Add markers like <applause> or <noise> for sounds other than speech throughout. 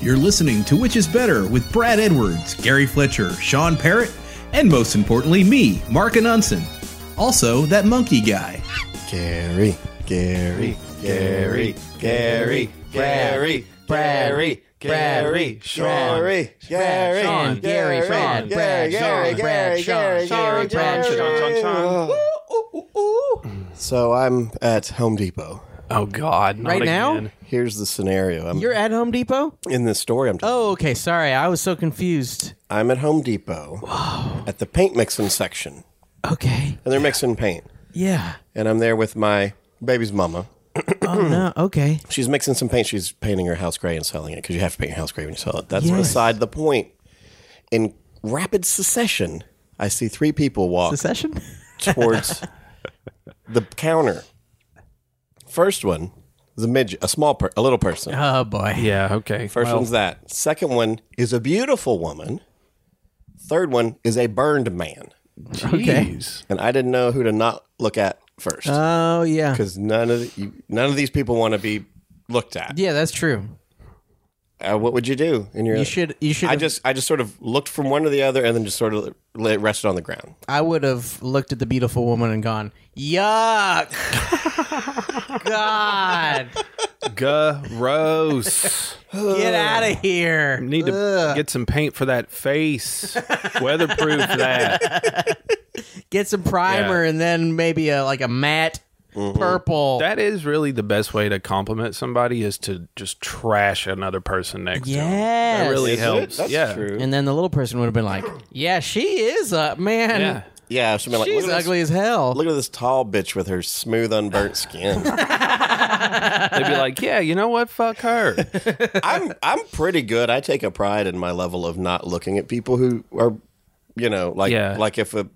You're listening to Which is Better with Brad Edwards, Gary Fletcher, Sean Parrott, and most importantly, me, Mark Anunson. Also, that monkey guy. Gary, Gary, Gary, Gary, Gary, Gary, Gary, Sean, Gary, Gary, Sean, Gary, Fred, Brad, Sean, Brad, Sean, Sean, Brad, Sean, Sean, Sean. So I'm at Home Depot. Oh God! Right now? Here's the scenario. I'm You're at Home Depot? in the story. I'm Oh, okay. Sorry, I was so confused. I'm at Home Depot at the paint mixing section, Okay. and they're mixing paint. Yeah. And I'm there with my baby's mama. Hmm. Oh no. Okay. She's mixing some paint. She's painting her house gray and selling it because you have to paint your house gray when you sell it. That's Yes. beside the point. In rapid succession, I see three people walk <laughs> Secession. towards the counter. First one is a midget, a small, per- a little person. Oh boy. Yeah. Okay. First one's that. Second one is a beautiful woman. Third one is a burned man. Jeez. And I didn't know who to not look at first Oh yeah. because none of the, you, none of these people want to be looked at. Yeah, that's true. Uh, what would you do? And you're You should. You should. I just I just sort of looked from one to the other and then just sort of let it rested on the ground. I would have looked at the beautiful woman and gone, <laughs> "Yuck! God, Gross. get out of here!" Need to get some paint for that face. Weatherproof that. get some primer Yeah. Mm-hmm. and then maybe a like a matte purple. That is really the best way to compliment somebody is to just trash another person next to them. yes. That really Is it? helps. That's yeah. true. And then the little person would have been like, "Yeah, she is a man. Yeah. Yeah, so I'm like, She's look at ugly This, as hell." look at this tall bitch with her smooth, unburnt <laughs> skin. They'd be like, yeah, you know what? Fuck <laughs> her. I'm I'm pretty good. I take a pride in my level of not looking at people who are, you know, like Yeah. like if a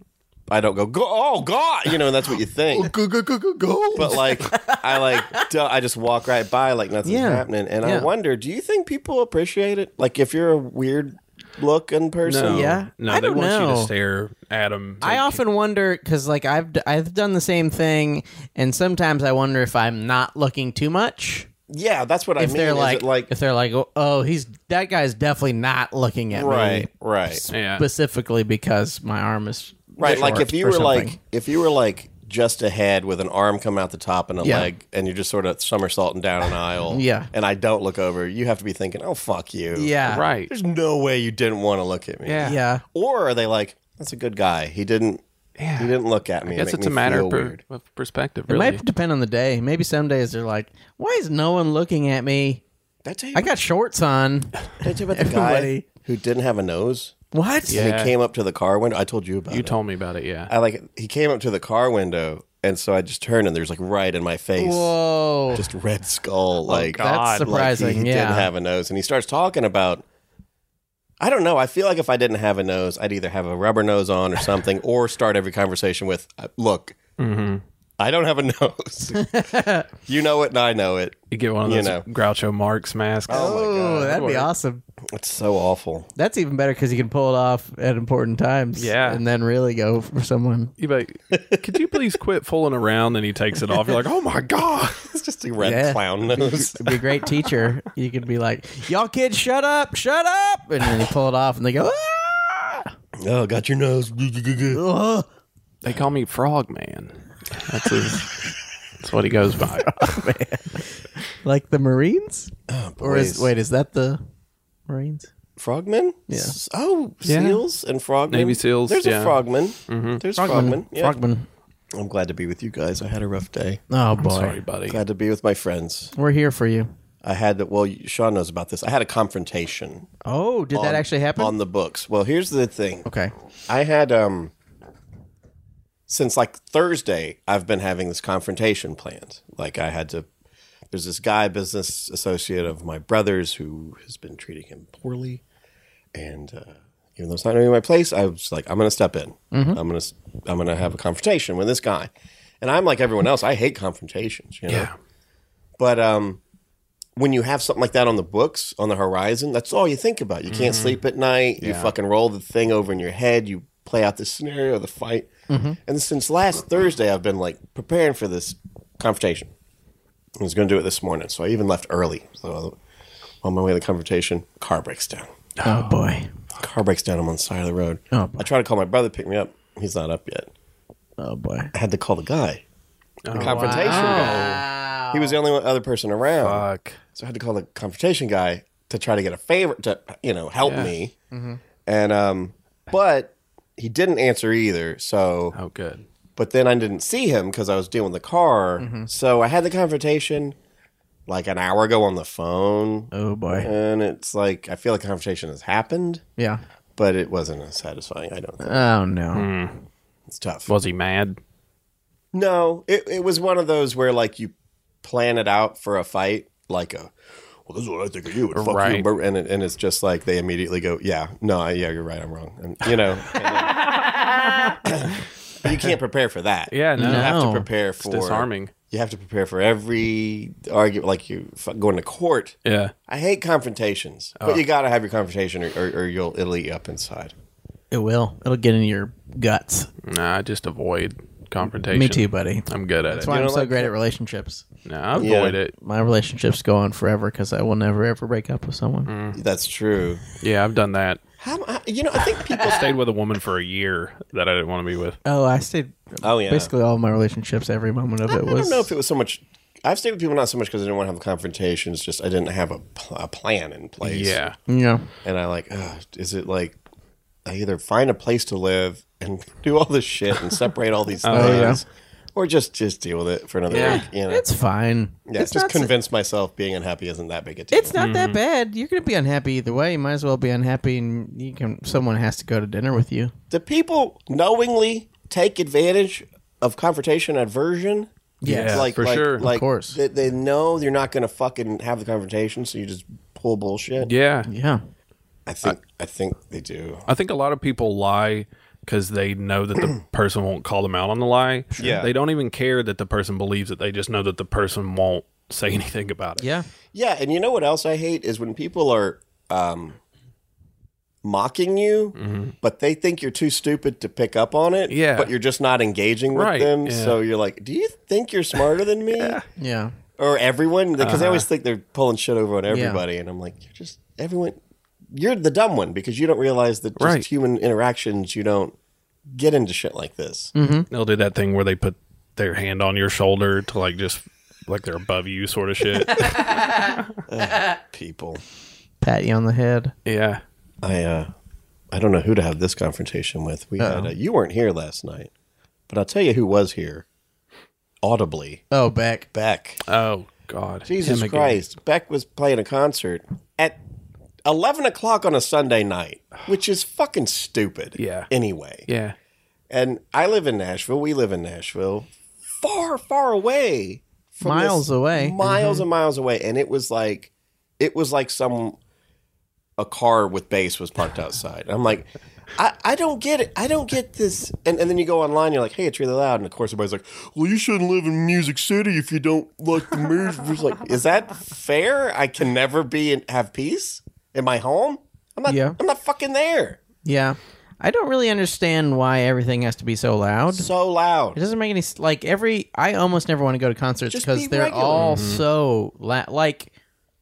I don't go go oh god, you know, and that's what you think. go go go go go. But like I like don't- I just walk right by like nothing's Yeah. happening, and Yeah. I wonder, do you think people appreciate it? Like if you're a weird looking person, No. Yeah. No, I they don't want you know. to stare at them. I often wonder because, like, I've d- I've done the same thing, and sometimes I wonder if I'm not looking too much. yeah, that's what I If mean. they're Is it like, if they're like, oh, he's that guy's definitely not looking at right, me right, Yeah. specifically because my arm is right. Like short if you or were like something. if you were like just a head with an arm coming out the top and a Yeah. leg, and you're just sort of somersaulting down an aisle. Yeah. And I don't look over. You have to be thinking, oh fuck you. yeah, Right. There's no way you didn't want to look at me. Yeah. yeah, Or are they like, that's a good guy. He didn't. He didn't look at me. I guess and it's make a me matter feel of, per- weird. of perspective, It really. might depend on the day. Maybe some days they're like, "Why is no one looking at me? Did I tell you, I got shorts <laughs> on." did I tell you about the guy everybody- who didn't have a nose? What? And Yeah. he came up to the car window. I told you about You it. told me about it, yeah. I like he came up to the car window, and so I just turned, and there's like right in my face, Whoa, just red skull. Like God. that's Like, surprising. Like he, he yeah, didn't have a nose, and he starts talking about. I don't know. I feel like if I didn't have a nose, I'd either have a rubber nose on or something, or start every conversation with, uh, "Look, I don't have a nose. you know it, and I know it. You get one of You those know. Groucho Marx masks. Oh, that'd be awesome. It's so awful." That's even better because you can pull it off at important times. Yeah. and then really go for someone. You like, <laughs> could you please quit fooling around? And he takes it off. You're like, oh my <laughs> god. It's just a red Yeah. clown <laughs> nose. <laughs> It'd be a great teacher. you could be like, "Y'all kids, shut up, shut up," and then you pull it off, and they go, "Ah!" oh, got your nose. Uh-huh. Ugh. They call me Frogman. That's his, that's what he goes <laughs> by. like the Marines. or Oh, is boys. wait, is that the Marines? Frogmen? Yeah. S- Oh, seals and frogmen. Navy SEALs, There's yeah. a frogman. There's frogmen. Yeah. Frogman. I'm glad to be with you guys. I had a rough day. Oh boy, Sorry, buddy. Glad to be with my friends. we're here for you. I had to, well, Sean knows about this. I had a confrontation. Oh, did that on- actually happen? on the books? Well, here's the thing. okay. I had um since like Thursday, I've been having this confrontation planned. Like I had to there's this guy, business associate of my brother's who has been treating him poorly. And uh, even though it's not really my place, I was like, I'm gonna step in. I'm gonna s- I'm gonna have a confrontation with this guy. And I'm like everyone else, I hate confrontations, you know. Yeah. But um, when you have something like that on the books, on the horizon, that's all you think about. You can't sleep at night. You fucking roll the thing over in your head. You play out the scenario, of the fight. And since last Thursday, I've been like preparing for this confrontation. I was going to do it this morning, so I even left early. So on my way to the confrontation, car breaks down. Oh boy. Car breaks down. I'm on the side of the road. Oh, boy. I try to call my brother, pick me up. He's not up yet. Oh boy. I had to call the guy, the Oh, confrontation guy. He was the only one- other person around. Fuck. So I had to call the confrontation guy to try to get a favor to you know help me, and um, but he didn't answer either. So, Oh, good. but then I didn't see him because I was dealing with the car. So I had the confrontation like an hour ago on the phone, Oh boy. and it's like I feel the confrontation has happened, Yeah. but it wasn't as satisfying. I don't think Oh no. Hmm. it's tough. Was he mad? No, it, it was one of those where like you plan it out for a fight, like a well, this is what I think of you, and fuck Right. you, and it, and it's just like they immediately go, yeah, no, I- yeah, you're right, I'm wrong, and you know, and then- you can't prepare for that. Yeah, no. you have No. to prepare for disarming. You have to prepare for every argument, like you f- going to court. Yeah. I hate confrontations, but you got to have your confrontation, or, or, or you'll it'll eat you up inside. It will. It'll get in your guts. Nah, I just avoid confrontation. Me too, buddy. I'm good at That's it. why I'm don't so like great at relationships. No, I Yeah. avoid it. My relationship's go on forever because I will never ever break up with someone. Mm. That's true. Yeah, I've done that. How, I- you know, I think <laughs> people. I stayed with a woman for a year that I didn't want to be with. Oh, I stayed. Oh yeah, Basically, all my relationships, every moment of it I was. don't know if it was so much. I've stayed with people not so much because I didn't want to have confrontations. Just I didn't have a, pl- a plan in place. Yeah. yeah. and I like, ugh, is it like I either find a place to live and <laughs> do all this shit and separate all <laughs> Oh, these things, or just just deal with it for another Yeah. week. You know, It's fine. yeah, it's just Mm-hmm. not, s- convince myself being unhappy isn't that big a deal. it's not that bad. You're gonna be unhappy either way. You might as well be unhappy, and you can. Someone has to go to dinner with you. Do people knowingly take advantage of confrontation aversion? Yes. Yeah, like for like, sure. Of Like course. they, they know you're not going to fucking have the confrontation, so you just pull bullshit. Yeah. Yeah. I think I think they do. I think a lot of people lie because they know that <clears throat> the person won't call them out on the lie. Yeah. They don't even care that the person believes it. They just know that the person won't say <laughs> anything about it. Yeah. Yeah, and you know what else I hate is when people are um, mocking you, but they think you're too stupid to pick up on it. Mm-hmm. Yeah. but you're just not engaging with Right, them. yeah. So you're like, "Do you think you're smarter than <laughs> me Yeah. or everyone?" Because Uh-huh. they always think they're pulling shit over on everybody, and I'm like, "You're just everyone. You're the dumb one because you don't realize that just Right. human interactions you don't get into shit like this." They'll do that thing where they put their hand on your shoulder to like just like they're above you sort of <laughs> shit. People, Pat you on the head. yeah. I uh, I don't know who to have this confrontation with. We had a, you weren't here last night, but I'll tell you who was here. Audibly, Oh, back. Beck. Oh God. Jesus Him again. Christ, Beck was playing a concert at eleven o'clock on a Sunday night, which is fucking stupid. Yeah. Anyway, Yeah. and I live in Nashville. We live in Nashville, far, far away, from Miles this- away. Mm-hmm. miles and miles away. And it was like, it was like some a car with bass was parked outside. I'm like, I, I don't get it. I don't get this. And, and then you go online, you're like, hey, it's really loud. And of course, everybody's like, well, you shouldn't live in Music City if you don't like the music. It's like, is that fair? I can never be and have peace in my home. I'm not. Yeah. I'm not fucking there. Yeah. I don't really understand why everything has to be so loud. So loud. It doesn't make any s- like every. I almost never want to go to concerts Just be because they're regular. all so la- like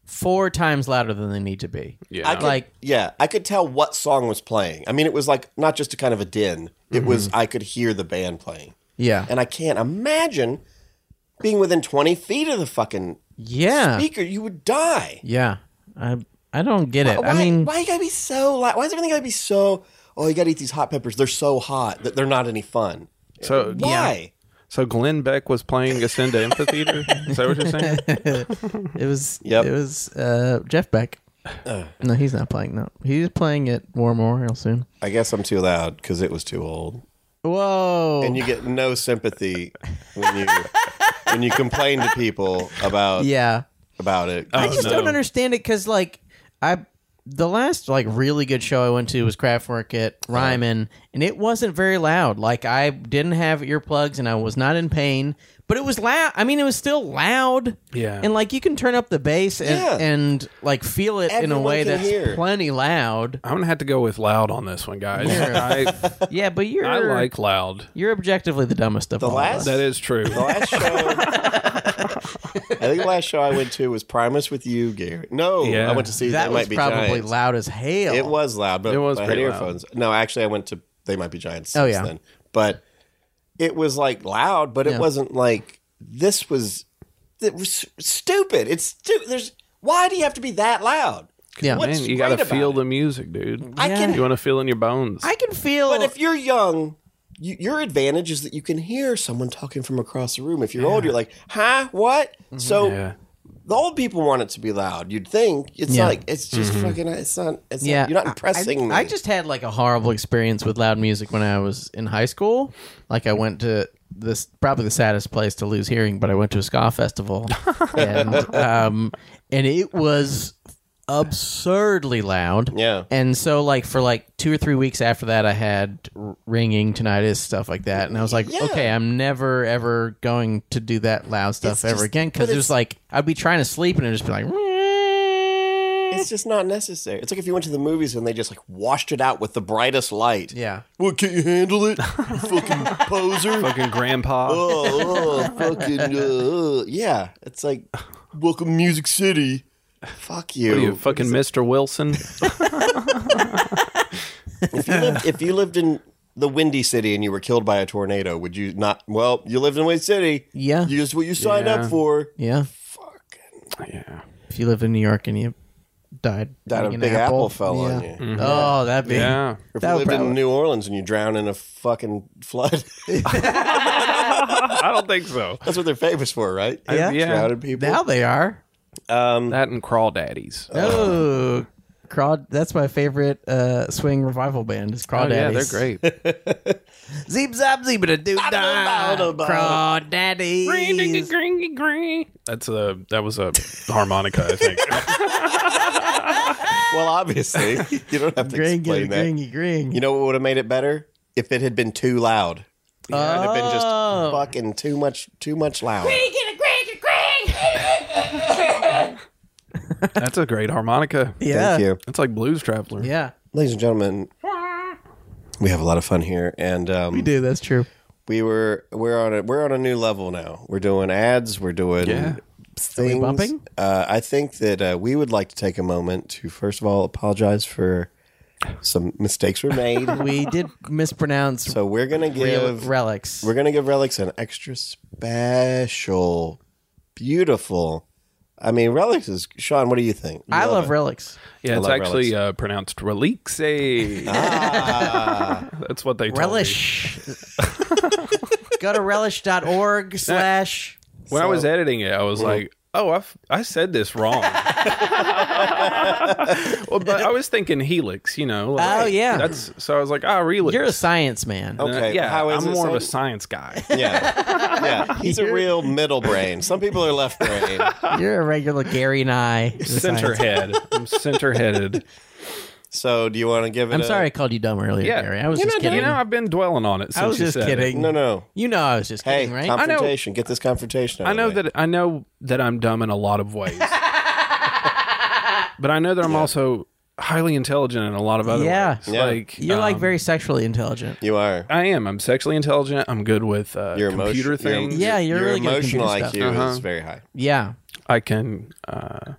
four times louder than they need to be. Yeah. I could, Like- yeah, I could tell what song was playing. I mean, it was like not just a kind of a din. It was Mm-hmm. I could hear the band playing, Yeah. and I can't imagine being within twenty feet of the fucking yeah. speaker. You would die. Yeah. I I don't get it. Why, I mean, why you gotta be so? Loud? Why is everything gotta be so? Oh, you gotta eat these hot peppers. They're so hot that they're not any fun. So Why? So Glenn Beck was playing Ascend to Amphitheater. Is that what you're saying? <laughs> it was Yep. it was uh, Jeff Beck. no, he's not playing. No, he's playing at War Memorial soon. I guess I'm too loud because it was too old, Whoa. and you get no sympathy when you when you complain to people about yeah. about it. I just no. don't understand it because like I the last like really good show I went to was Kraftwerk at Ryman, and it wasn't very loud. Like I didn't have earplugs and I was not in pain, but it was loud. I mean, it was still loud. Yeah. and like you can turn up the bass and, Yeah. and like feel it in a Everyone way can that's hear. <laughs> plenty loud. I'm gonna have to go with loud on this one, guys. I, Yeah, but you're I like loud. you're objectively the dumbest of the all of last us. That is true. The last show, <laughs> I think the last show I went to was Primus with you, Gary. No, Yeah. I went to see They that was Might Be probably Giants. loud as hell. It was loud, but It was I had pretty loud. earphones. No, actually, I went to They Might Be Giants. Oh, since yeah. then. but it was like loud, but it Yeah. wasn't like this was. It was stupid. It's stupid. There's why do you have to be that loud? Yeah. What's Man, you got to great about feel it? the music, dude. I can- You want to feel in your bones. I can feel. But if you're young, you, your advantage is that you can hear someone talking from across the room. If you're old, you're like, huh, what? Mm-hmm. So yeah. the old people want it to be loud. You'd think it's Yeah. Mm-hmm. like it's just fucking. It's not. It's yeah, not, you're not I- I- impressing. I, me. just had like a horrible experience with loud music when I was in high school. Like I went to this probably the saddest place to lose hearing, but I went to a <laughs> ska festival, and um, and it was absurdly loud. Yeah. And so like for like two or three weeks after that, I had r- ringing tinnitus stuff like that, and I was like, Yeah. okay, I'm never ever going to do that loud stuff It's ever just- again but because it was it's- like I'd be trying to sleep and it'd just be like. It's just not necessary. It's like if you went to the movies and they just like washed it out with the brightest light. Yeah. Well, can't you handle <laughs> it? You fucking poser. Fucking <laughs> grandpa. oh, oh, fucking. Uh, yeah. It's like, welcome Music City. Fuck you. What are you, fucking Mr. <laughs> Wilson? If you lived, if <laughs> you lived in the Windy City and you were killed by a tornado, would you not? Well, you lived in Windy City. Yeah. You just what you signed Yeah. up for. Yeah. Fucking yeah. if you lived in New York and you died, that a eating an big apple, fell yeah. on you. Oh, that'd be Mm-hmm. Yeah. Or if That you would lived in probably- New Orleans and you drown in a fucking flood, <laughs> I don't think so. that's what they're famous for, right? Yeah. Yeah. Drowning people. now they are. um, That and Crawdaddies. Oh, Crawd. That's my favorite uh, swing revival band. Is Oh, Crawdaddies? yeah, they're great. Zeeb zab zeeb a doo da. Crawdaddies. That's a that was a harmonica, I think. well, obviously, you don't have to Gring, explain gring, that. gringy, gring. You know what would have made it better if it had been too loud. Yeah, it'd have been just Oh. fucking too much, too much loud. <laughs> That's a great harmonica. yeah. Thank you. It's like Blues Traveler. Yeah. ladies and gentlemen we have a lot of fun here and um, we, Dude, that's true. were we're on a we're on a new level now we're doing ads we're doing Yeah. things bumping? Uh, i think that uh, we would like to take a moment to first of all apologize for some mistakes were made <laughs> <laughs> We did mispronounce so we're gonna real give relics. we're gonna give relics an extra special beautiful i mean relics is sean what do you think You I love it. relics. Yeah, I it's love actually uh, pronounced relixe. That's what they told me. Ah. <laughs> Relish. Go to relish.org slash. When I was editing it, I was like, "Oh, I f- I said this <laughs> wrong." well, but I was thinking helix, you know. like, Oh, yeah. That's so. I was like, "Ah, oh, relix." You're a science man. <laughs> Oh. Okay, Uh, yeah. how is I'm it more of a said? <laughs> science guy. <laughs> yeah yeah he's a real middle brain some people are left <laughs> brain You're a regular Gary and I. center head. I'm center headed. So do you want to give it? I'm a- sorry I called you dumb <laughs> earlier, Yeah, Gary. I was you just know, kidding. You know, I've been dwelling on it. Since I was you just said it. kidding. No, no. You know I was just Hey, kidding, right? I know- confrontation. Get this confrontation. out I of know the way. that I know that I'm dumb in a lot <laughs> of ways, but I know that I'm also highly intelligent in a lot of other Yeah. ways. Yeah. Like You're like um, very sexually intelligent. you are. I am. I'm sexually intelligent. I'm good with uh, Your computer emotion, things. Yeah, you're your really good at emotional computer IQ stuff. is very high. Yeah. I can. Uh,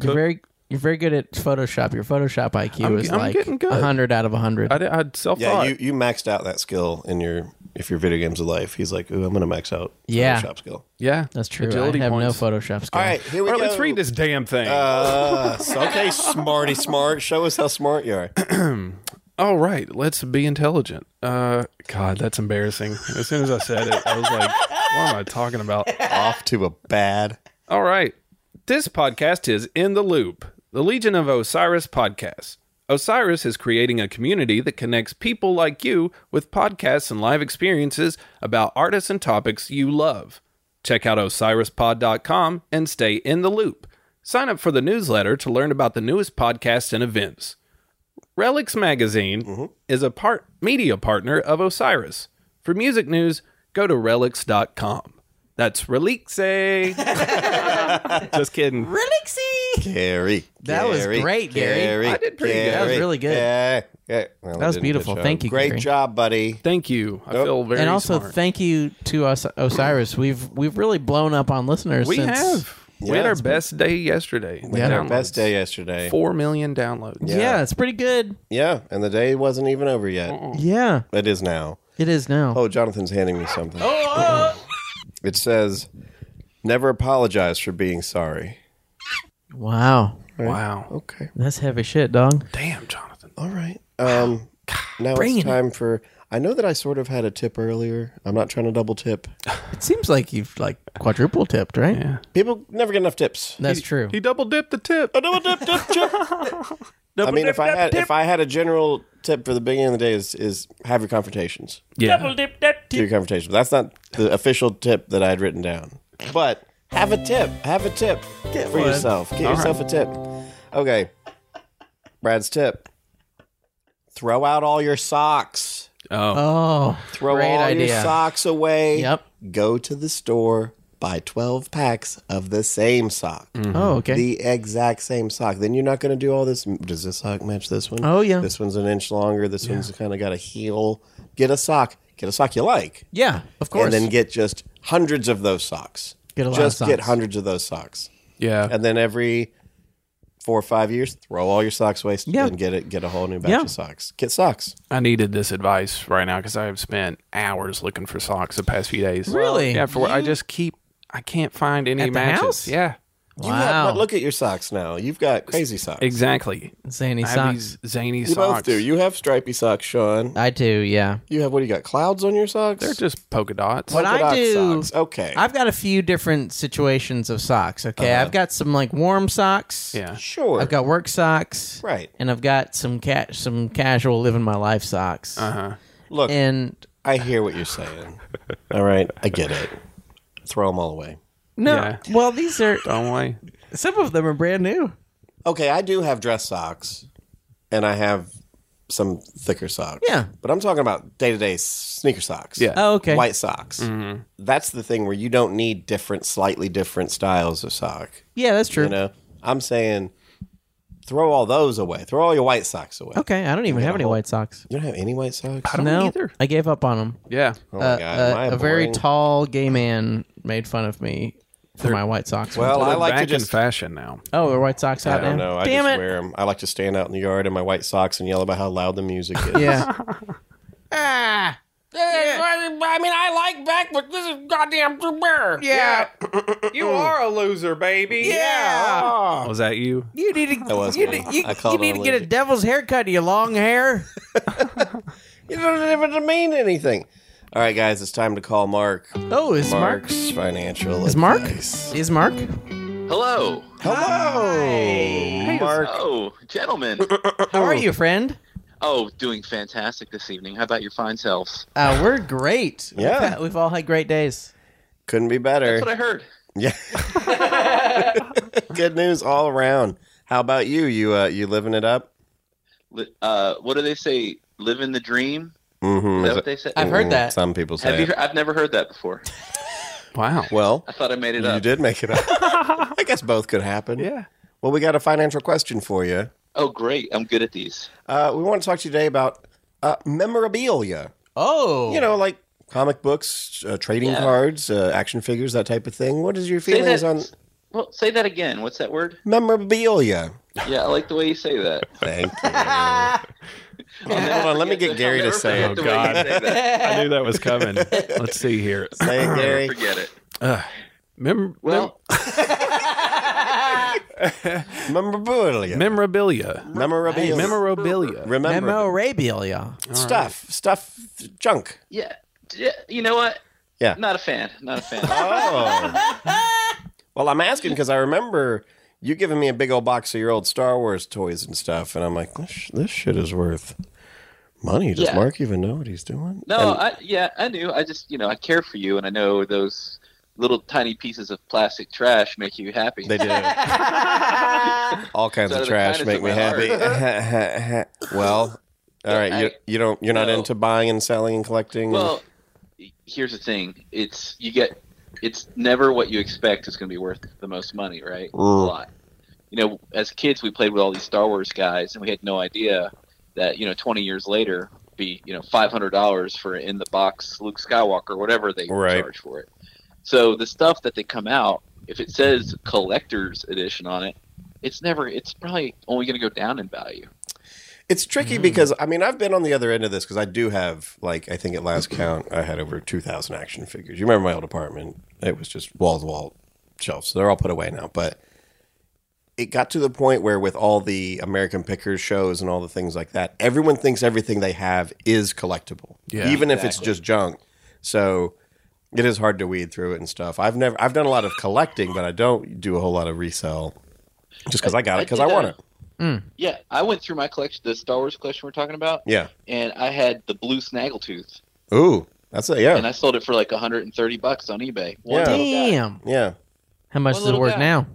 You're very you're very good at Photoshop. Your Photoshop IQ I'm- is I'm like getting good. 100 out of 100. I, I self Yeah, thought. you, you maxed out that skill in your if your video games of life. He's like, ooh, I'm gonna max out Yeah. Photoshop skill. yeah, That's true. Agility I have points. no Photoshop skill. All right, here All we right, go. let's read this damn thing. Uh, so- okay, smarty smart. Show us how smart you are. All Oh, right, let's be intelligent. Uh, God, that's embarrassing. As soon as I said it, I was like, "What am I talking about?" Off to a bad. All right. This podcast is In the Loop, the Legion of Osiris podcast. Osiris is creating a community that connects people like you with podcasts and live experiences about artists and topics you love. Check out osirispod.com and stay in the loop. Sign up for the newsletter to learn about the newest podcasts and events. Relics Magazine is a part media partner of Osiris. For music news, go to relics.com. That's Relixe. Just kidding. Relixy. Gary. That was Gary, great, Gary. I did pretty good. That was Gary, really good. Yeah, yeah. Well, I was did a good beautiful. job. Thank you, Great Gary. job, buddy. Thank you. I Nope. feel very and also smart. thank you to us Osiris. We've we've really blown up on listeners. we since, have. we Yeah, had our it's been- best day yesterday. We had our best day yesterday. Four million downloads. Yeah. it's pretty good. Yeah, and the day wasn't even over yet. Yeah, It is now. it is now. Oh, Jonathan's handing me something. It says, "Never apologize for being sorry." Wow, Wow. Okay. that's heavy shit, dog. Damn, Jonathan. All right. Um, now Bringing it's it. time for. I know that I sort of had a tip earlier. I'm not trying to double tip. It seems like you've like quadruple tipped, right? Yeah. People never get enough tips. That's true. He double dipped the tip. double tip, tip, <laughs> tip. I mean, if I had if I had a general tip for the beginning of the day is is have your confrontations, Yeah. do your confrontations. That's not Oh. the official tip that I had written down, but have a tip, have a tip for one. yourself. Get yourself a tip. Okay, Brad's tip: throw out all your socks. Oh. Oh, Throw Great all your idea. socks away. Yep. Go to the store, buy 12 packs of the same sock. oh, okay. The exact same sock. Then you're not going to do all this. Does this sock match this one? Oh, yeah. This one's an inch longer. This one's kind of got a heel. Get a sock. Get a sock you like. yeah, of course. And then get just hundreds of those socks. Get a lot of just get socks. hundreds of those socks. Yeah. And then every four or five years, throw all your socks away Yeah. and get it. Get a whole new batch Yeah. of socks. Get socks. I needed this advice right now because I have spent hours looking for socks the past few days. Really? yeah. For I just keep. I can't find any At the matches. house? Yeah. You have- wow, but look at your socks now. You've got crazy socks. Exactly. zany I have socks. these zany You socks. both do. You have stripy socks, Sean. I do, yeah. You have what do you got? Clouds on your socks? They're just polka dots. What Polka I dot do, socks. Okay. I've got a few different situations of socks. Okay, I've got some like warm socks. Yeah. sure. I've got work socks. Right. And I've got some ca- some casual living my life socks. Uh huh. Look, And I hear what you're saying. all right, I get it. Throw them all away. no, Yeah. well these are Don't we? some of them are brand new. Okay, I do have dress socks, and I have some thicker socks. Yeah. But I'm talking about day to day sneaker socks. Yeah. Oh, okay. Mm-hmm. White socks. That's the thing where you don't need different, slightly different styles of sock. Yeah, that's true. You know, I'm saying throw all those away. Throw all your white socks away. Okay, I don't even have any white socks. You don't have any white socks? I don't no, either. I gave up on them. Yeah. Oh my Uh, God, uh, am I a very boring? tall gay man made fun of me for my white socks. Well, I They're like back to just. in fashion now. oh, the white socks I out now. don't know. I Damn just it! wear 'em. I like to stand out in the yard in my white socks and yell about how loud the <laughs> music is. <laughs> <laughs> Yeah. ah. I mean, I like back, but this is goddamn too bare. Yeah. <laughs> You are a loser, baby. Yeah. Was that you? You need to. That was you me. need, you, I called you need it to a get a loser. devil's haircut. You long hair. It doesn't even mean anything. All right, guys, it's time to call Mark. Oh, is Mark? Mark's financial. Is Mark? advice. Is Mark? Hello. Hello, Mark. Oh, <laughs> gentlemen. How are you, friend? oh, doing fantastic this evening. How about your fine selves? Uh, we're great. We've Yeah. had- we've all had great days. Couldn't be better. That's what I heard. yeah. Good news all around. How about you? You uh, you living it up? Li- Uh, what do they say? Living the dream? Is that Mm-hmm. what they say? I've heard that. Some people say. Have you? it. Heard, I've never heard that before. Wow. Well, I thought I made it you up. did make it up. I guess both could happen. Yeah. Well, we got a financial question for you. Oh, great! I'm good at these. Uh, we want to talk to you today about uh, memorabilia. Oh, You know, like comic books, uh, trading Yeah. cards, uh, action figures, that type of thing. What is your Say feelings that. on Well, say that again. What's that word? memorabilia? Yeah, I like the way you say that. Thank you. <laughs> Hold on, let me get Gary to say it. Oh God! Say that. I knew that was coming. Let's see here. Say it, <laughs> Gary. Forget it. Mem- Well, Memorabilia. mem- memorabilia. memorabilia. Memorabilia. Remember memorabilia. stuff, stuff, <laughs> junk. yeah, yeah. You know what? Yeah. Not a fan. Not a fan. <laughs> Oh. well, I'm asking because I remember you giving me a big old box of your old Star Wars toys and stuff, and I'm like, this, sh- this shit is worth money. Does Yeah. Mark even know what he's doing? No, And- I, yeah, I knew. I just, you know, I care for you, and I know those little tiny pieces of plastic trash make you happy. <laughs> They do. All kinds Out of of the trash kindness make of me my happy. <laughs> well, all right. You, I- you don't. You're not No. into buying and selling and collecting. well, here's the thing: it's you get, it's never what you expect is going to be worth the most money, right? A lot. You you know, as kids we played with all these Star Wars guys, and we had no idea that you know, 20 years later, be you know, 500 dollars for in the box Luke Skywalker, whatever they Right. charge for it. So the stuff that they come out, if it says collector's edition on it, it's never. It's probably only going to go down in value. It's tricky because I mean I've been on the other end of this because I do have like I think at last count I had over two thousand action figures. You remember my old apartment? It was just wall to wall shelves. They're all put away now, but it got to the point where with all the American Pickers shows and all the things like that, everyone thinks everything they have is collectible, Yeah. even if it's just junk. So it is hard to weed through it and stuff. I've never I've done a lot of collecting, but I don't do a whole lot of resell just because I got I it because I, did want that. it. Yeah, I went through my collection, the Star Wars collection we're talking about, Yeah. and I had the blue snaggletooth, Ooh, that's it. Yeah. and I sold it for like 130 bucks on eBay. Yeah. little guy. Damn. yeah. How much One does it little work guy. now?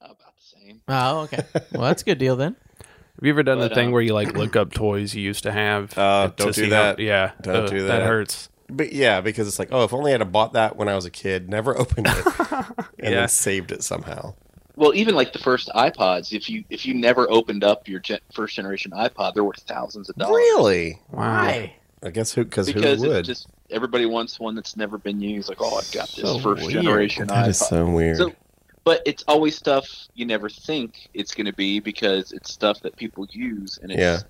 About the same. Oh, okay. <laughs> Well, that's a good deal then. Have you ever done the But, thing um, where you like look up toys you used to have? Uh, to don't do see how- that. yeah, Don't uh, do That that. hurts. But yeah, because it's like, oh, if only I'd have bought that when I was a kid, never <laughs> opened it, and Yeah. then saved it somehow. Well, even like the first iPods, if you if you never opened up your gen- first generation iPod, they're worth thousands of dollars. Really? Wow. Why? I guess who? Because who Because would? it's just everybody wants one that's never been used. Like, oh, I've got this So first weird. generation that iPod. is so weird. So- but it's always stuff you never think it's going to be because it's stuff that people use, and it's,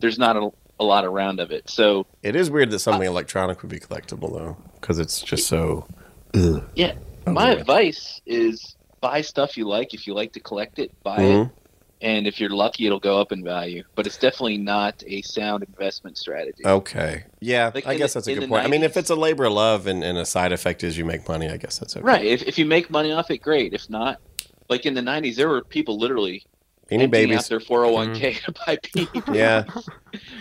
there's not a, a lot around of it. So it is weird that something Uh, electronic would be collectible though, because it's just so. Ugh. Yeah, Over my with. advice is buy stuff you like. If you like to collect it, buy it. Mhm. And if you're lucky, it'll go up in value. But it's definitely not a sound investment strategy. Oh. Okay. Yeah, Like, I in guess the- that's a in good the point. I mean, if 90s. it's a labor of love and, and a side effect is you make money, I guess that's okay. Right. If, if you make money off it, great. If not, like in the 90s, there were people literally Any emptying babies? out their 401k Mm-hmm. <laughs> to <laughs> buy people. <laughs> yeah. I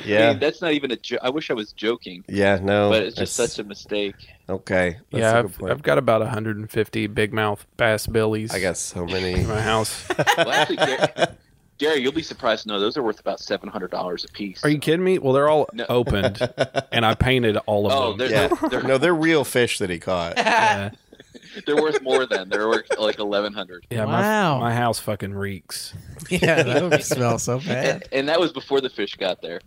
Yeah. Oh, mean, that's not even a joke. I wish I was joking, yeah. No. but it's just such a mistake. Okay. That's yeah, a good I've, point. I've got about 150 big mouth bass billies. I got so many. in <laughs> my house. Well, actually, Gary, Gary, you'll be surprised to know those are worth about $700 a piece. Are you kidding me? Well, <laughs> they're all No. opened, and I painted all of Oh, them. <laughs> they're, Yeah. they're, No, they're real fish that he <laughs> caught. Yeah, they're worth more than they're worth like 1100 yeah Wow. my, my house fucking reeks. <laughs> Yeah, that would smell <laughs> so bad. and, and that was before the fish got there.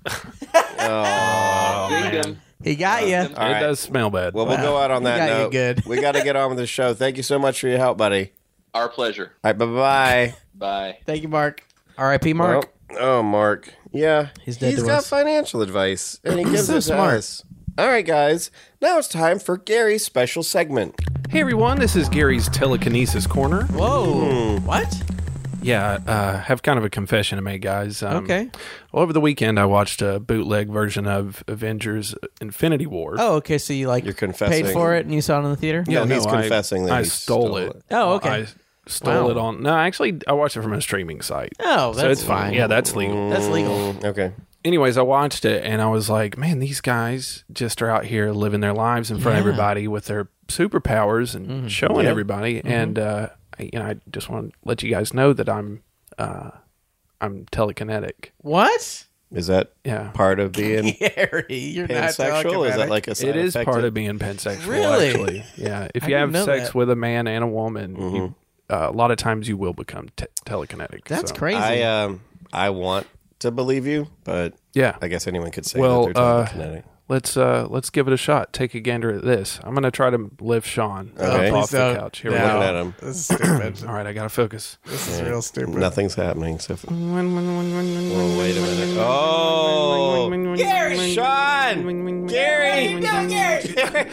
Oh. Oh, Dinged man. them. He got Uh, you. them- All it right. does smell bad. Well, we'll go out on You that got you note. good. we got to get on with the show. Thank you so much for your help, buddy. Our pleasure. All right, bye bye. Bye. Thank you, Mark. R.I.P. Mark. oh, Mark. Yeah, He's dead He's to got us. financial advice, and he gives So it to smart. us. All right, guys. Now it's time for Gary's special segment. hey everyone, this is Gary's telekinesis corner. Whoa. hmm. What? Yeah, I uh, have kind of a confession to make, guys. Um, Okay. Well, over the weekend, I watched a bootleg version of Avengers: Infinity War. Oh, okay. So you like You're confessing. paid for it and you saw it in the theater? Yeah, No, he's I- confessing that I he stole, stole it. it. Oh, okay. I stole Wow. it on. No, actually, I watched it from a streaming site. Oh, that's so it's fine. Yeah, that's legal. That's legal. Okay. anyways, I watched it and I was like, man, these guys just are out here living their lives in front of Yeah. Mm-hmm. everybody with their superpowers and showing everybody. And uh, I, you know, I just want to let you guys know that I'm uh, I'm telekinetic. What? <laughs> Is that Yeah, part of being Gary, <laughs> you're not talking pansexual? about Is that it. like a side it is effect part of being pansexual. Really? Actually, <laughs> yeah. If I you didn't have know sex that. Mm-hmm. with a man and a woman, you, uh, a lot of times you will become te- telekinetic. That's so- crazy. I um I want to believe you, but Yeah. I guess anyone could say Well, that uh, they're telekinetic. Let's uh let's give it a shot. Take a gander at this. I'm gonna try to lift Sean Okay. up off the Please don't. couch. Here No. we go. Looking at him, this is stupid. All right, I gotta focus. this is real stupid. nothing's happening. So. Well, wait a minute. Oh. Gary, Sean! Gary! <laughs> okay.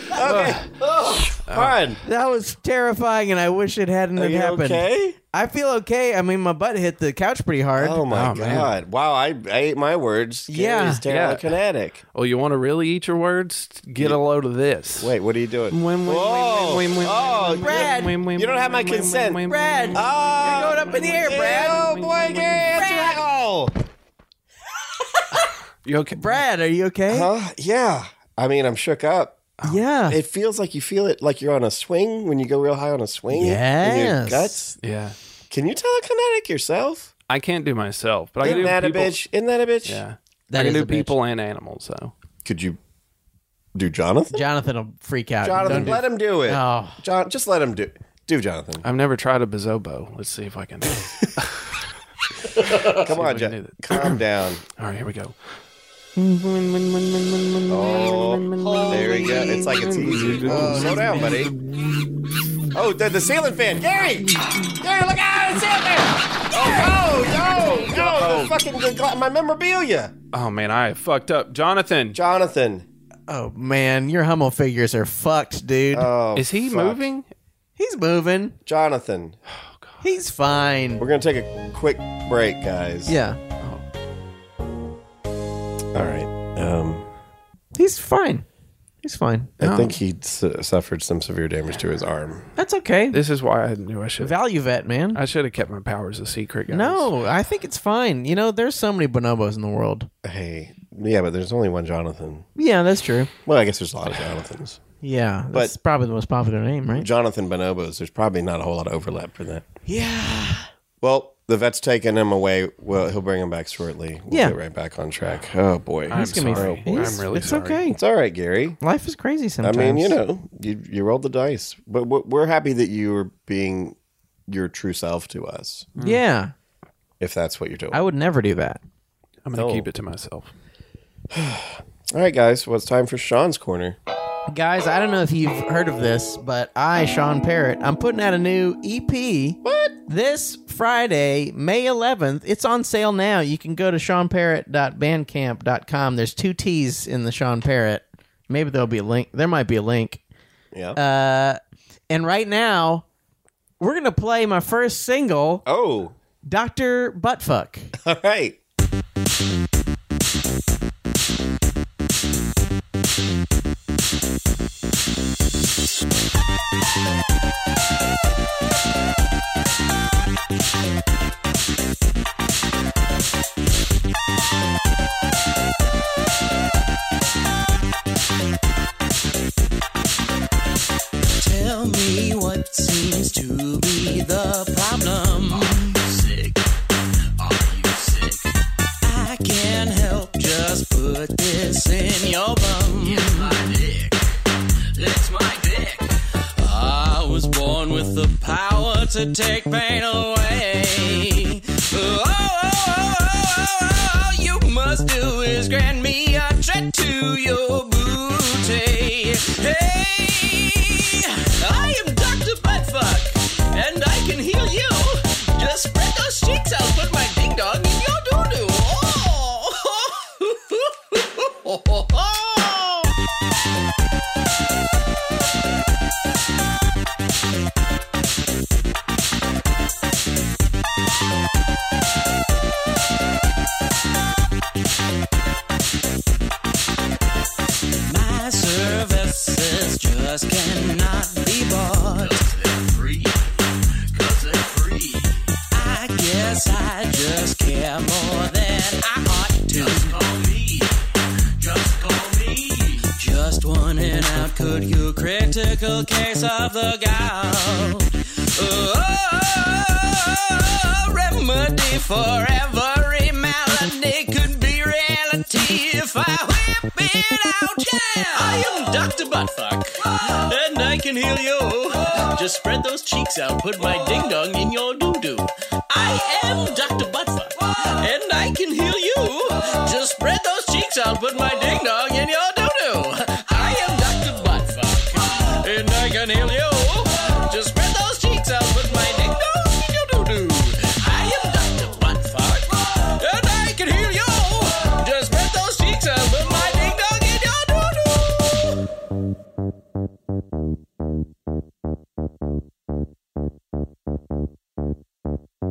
Fun. That was terrifying, and I wish it hadn't Are have you happened. okay? I feel okay. I mean, my butt hit the couch pretty hard. Oh my Oh, man. god. Wow, I, I ate my words. Yeah. Gary's Yeah. telekinetic. Oh, you want to really eat your words? Get a load of this. Wait, what are you doing? Whoa. Oh, Brad, you don't have my consent. Brad, Oh, You're going up in the air, Brad. Oh boy, Gary, that's right. Oh. You okay? Brad, are you okay? Oh, Huh? Yeah. I mean, I'm shook up. Yeah. It feels like you feel it like you're on a swing when you go real high on a swing. In your Yes. guts. Yeah. Can you telekinetic yourself? I can't do myself, but I can Isn't do that people. a bitch? Isn't that a bitch? Yeah. That I can is do a bitch. people and animals though. Could you do Jonathan? Jonathan will freak out. Jonathan, Don't do- let him do it. Oh. John, just let him do. Do Jonathan? I've never tried a Bozobo. Let's see if I can. Come on, Oh, if I Jack. can do <clears throat> Calm down. All right, here we go. Oh, there we go. It's like it's easy. Oh, slow down, buddy. Oh, the, the ceiling fan, Gary! Gary, look out! It's ceiling fan! Oh, no, no, no! The fucking the, gla- my memorabilia, Oh man, I fucked up. Jonathan, Jonathan. Oh man, your Hummel figures are fucked, dude. Oh, is he fuck. moving? He's moving. Jonathan, He's fine. we're gonna take a quick break, guys. Yeah, All right. Um, he's fine. He's fine. I think he su- suffered some severe damage to his arm. That's okay. This is why I knew I should. Value vet, man. I should have kept my powers a secret, guys. No, I think it's fine. You know, there's so many bonobos in the world. Hey, yeah, but there's only one Jonathan. Yeah, that's true. Well, I guess there's a lot of Jonathans. Yeah, that's probably the most popular name, right? Jonathan Bonobos. There's probably not a whole lot of overlap for that. Yeah. Well, the vet's taking him away. Well, he'll bring him back shortly. We'll Yeah. get right back on track. Oh boy, I'm It's gonna sorry. be. I'm really it's sorry. okay. it's all right, Gary. Life is crazy sometimes. I mean, you know, you you rolled the dice, but we're- we're happy that you were being your true self to us. Hmm. Yeah, If that's what you're doing. I would never do that. I'm gonna Oh. keep it to myself. all right, guys. Well, it's time for Sean's corner. Guys, I don't know if you've heard of this, but I, Sean Parrott, I'm putting out a new EP. What? This Friday, May 11th. It's on sale now. You can go to seanparrott.bandcamp.com. There's two T's in the Sean Parrott. Maybe there'll be a link. There might be a link. Yeah. Uh, and right now, we're going to play my first single, oh, <laughs> Dr. Buttfuck. all right. Tell me what seems to be the problem. sick? Are you sick? I can't help just put this in your bum. It's my dick. It's my dick. I was born with the power to take pain away. Oh, oh, oh, oh, oh, oh, you must do is grant me a treat to your booty. Hey, I am Dr. Buttfuck, and I can heal you. Just spread those cheeks, I'll put my ding dong in your doo doo. Oh. <laughs> My services just cannot be bought. Cause they're free. Cause they're free. I guess I just care more than I ought to. Just call me. Just call me. Just one and out. Could you critical case of the gout? Oh, remedy for every malady could be reality if I whip it out. Yeah, I am Doctor Buttfuck, and I can heal you. Just spread those cheeks out, put my ding dong in your doo doo. I am Doctor Buttfuck, and I can heal you. Just spread those cheeks out, put my ding dong in your doo doo. I am Doctor Buttfuck, and I can heal you. Just spread those cheeks out with my ding dong in your doo doo. I am Dr. Buttfuck, and I can heal you. Just spread those cheeks out with my ding dong in your doo doo.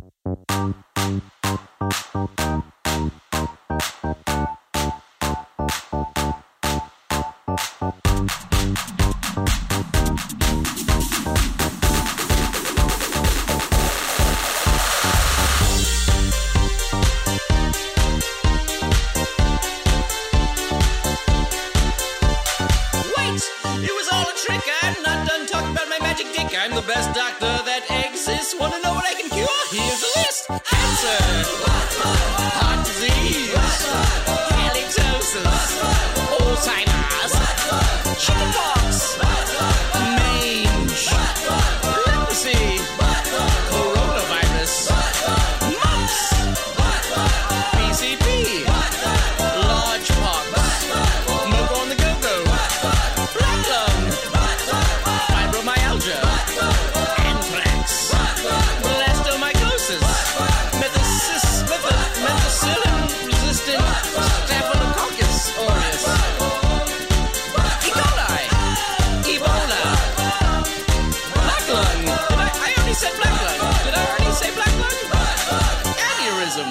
Satanism.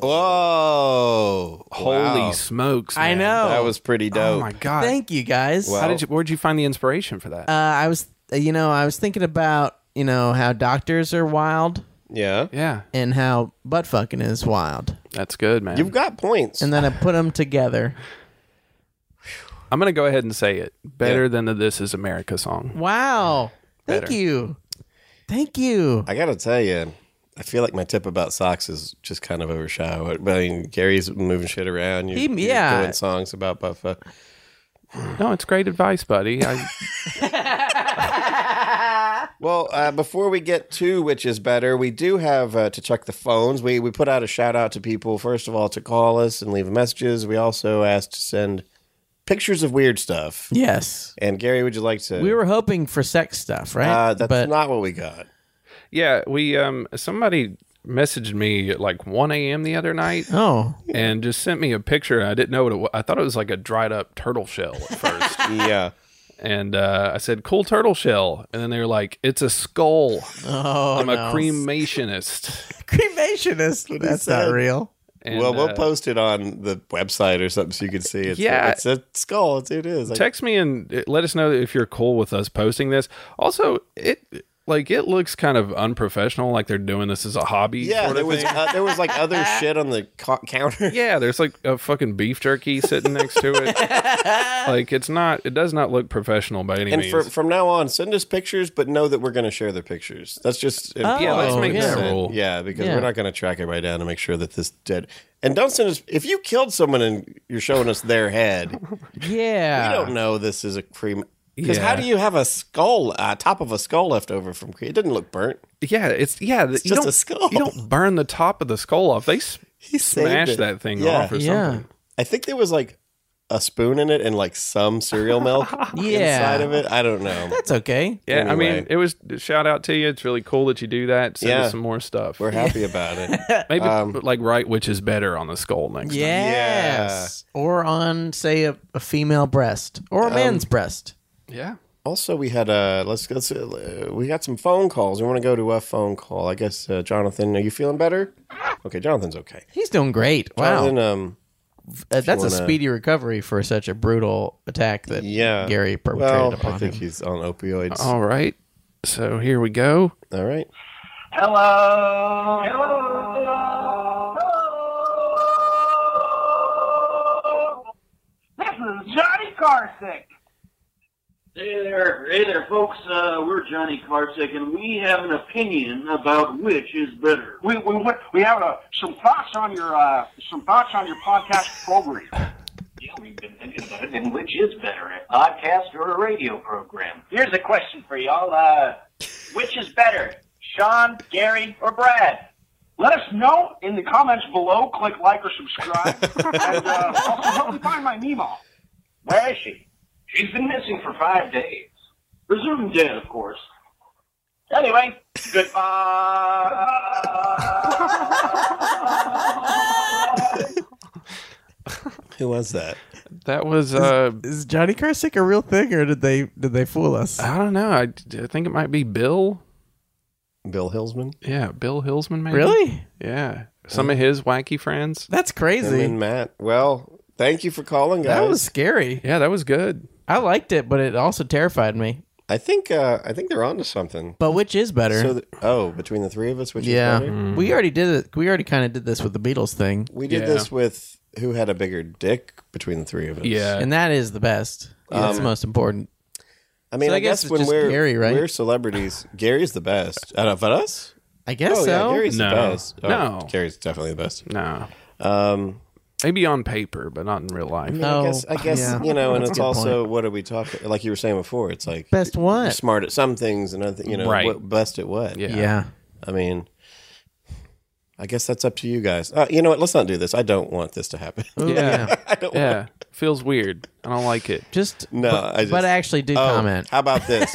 Whoa! Holy Wow. smokes! I man. know. that was pretty dope. Oh my god! Thank you guys. How did you? Where'd you find the inspiration for that? Uh, I was, you know, I was thinking about, you know, how doctors are wild yeah. yeah, and how butt fucking is wild, that's good, man. You've got points. and <laughs> then I put them together. I'm gonna go ahead and say it better Yeah. than the "This Is America" song. Wow. Thank Better. you. Thank you. I gotta tell you, I feel like my tip about socks is just kind of overshadowed. But I mean, Gary's moving shit around. You're, He- you're yeah. doing songs about Buffa. No, it's great advice, buddy. I, Well, uh, before we get to which is better, we do have uh, to check the phones. We we put out a shout out to people first of all to call us and leave messages. We also asked to send pictures of weird stuff. Yes. And Gary, would you like to? We were hoping for sex stuff, right? Uh, that's but not what we <laughs> got. <laughs> yeah, we um somebody messaged me at like 1 a.m. the other night <laughs> <laughs> oh, and just sent me a picture. I didn't know what it was. I thought it was like a dried up turtle shell at <laughs> first. Yeah. and uh, I said, "Cool turtle shell," and then they were like, "It's a skull." oh, I'm no. a cremationist. cremationist. That's not real. And, well, we'll uh, post it on the website or something so you can see it. Yeah. it's a skull. It's, it is. Like, text me and uh, let us know if you're cool with us posting this. Also, it like it looks kind of unprofessional, like they're doing this as a hobby. yeah, sort there of was thing. uh, there was like <laughs> other shit on the co- counter. yeah. There's like a fucking beef jerky sitting next to it. like it's not. It does not look professional by <laughs> any And means. for, from now on, send us pictures, but know that we're going to share the pictures. That's just yeah, let's Oh, make yeah. that a rule. Yeah, because Yeah. we're not going to track everybody down to make sure that this dead. And don't send us if you killed someone and you're showing us their head. <laughs> Yeah. I don't know this is a cream. Because Ah. Yeah. how do you have a skull, uh, top of a skull left over from cream? It didn't look burnt. yeah, it's yeah. It's just a skull. You don't burn the top of the skull off. They s- He saved smash it. that thing Yeah. off or Yeah. something. I think there was like a spoon in it and like some cereal milk <laughs> Yeah. inside of it. I don't know. That's okay. Yeah, I Anyway. mean, it was shout out to you. It's really cool that you do that. Send Yeah. us some more stuff. We're um, happy about it. <laughs> Maybe but like right which is better on the skull next time. Yes. Or on, say, a, a female breast or Um, a man's breast. Yeah. Also, we had uh, let's let's uh, we got some phone calls. We want to go to a phone call. I guess uh, Jonathan, are you feeling better? Okay, Jonathan's okay. He's doing great. Wow. Jonathan, um, Uh, that's wanna- a speedy recovery for such a brutal attack that yeah, Gary perpetrated Well, upon I think him. Oh. he's on opioids. All right. So here we go. All right. Hello. This is Johnny Carsick. Hey there, hey there, folks. Uh, we're Johnny Karsick, and we have an opinion about which is better. We we wa- we have uh, some thoughts on your uh, some thoughts on your podcast program. Yeah, we've been thinking about it. And which is better, a podcast or a radio program? Here's a question for y'all: uh, Which is better, Sean, Gary, or Brad? Let us know in the comments below. Click like or subscribe, and uh, also help me find my Nemo. Where is she? She's been missing for five days. Presumed dead, of course. Anyway, goodbye. Who was that? That was uh Is Johnny Carsick a real thing, or did they did they fool us? I don't know. I, I think it might be Bill. Bill Hillsman. Yeah, Bill Hillsman maybe. Really? Yeah. Some of his wacky friends. That's Him crazy. and Matt. Well, thank you for calling, guys. That was scary. Yeah, that was good. I liked it, but it also terrified me. I think uh, I think they're onto something. But which is better? So, th- oh, between the three of us, which yeah, is better? we already did it. We already kind of did this with the Beatles thing, We did Yeah. this with who had a bigger dick between the three of us. Yeah. and that is the best. Um, That's the most important. I mean, So I, I guess guess, it's when just we're Gary, right? we're celebrities, <laughs> Gary's the best out of us. I guess oh so. yeah, Gary's No. the best. Oh, No. Gary's definitely the best. no. Um, Maybe on paper, but not in real life. I, mean, No. I guess I guess Yeah. you know, and That's a it's good also what are we talking? Like you were saying before, it's like best you're what? smart at some things and other thing- you know, Right. what, best at what? Yeah. Yeah. I mean, I guess that's up to you guys. Uh, you know what? Let's not do this. I don't want this to happen. <laughs> Ooh, yeah. I don't. Want, Yeah. Feels weird. I don't like it. Just No, But, I just- but actually, do oh, <laughs> comment. How about <laughs> this?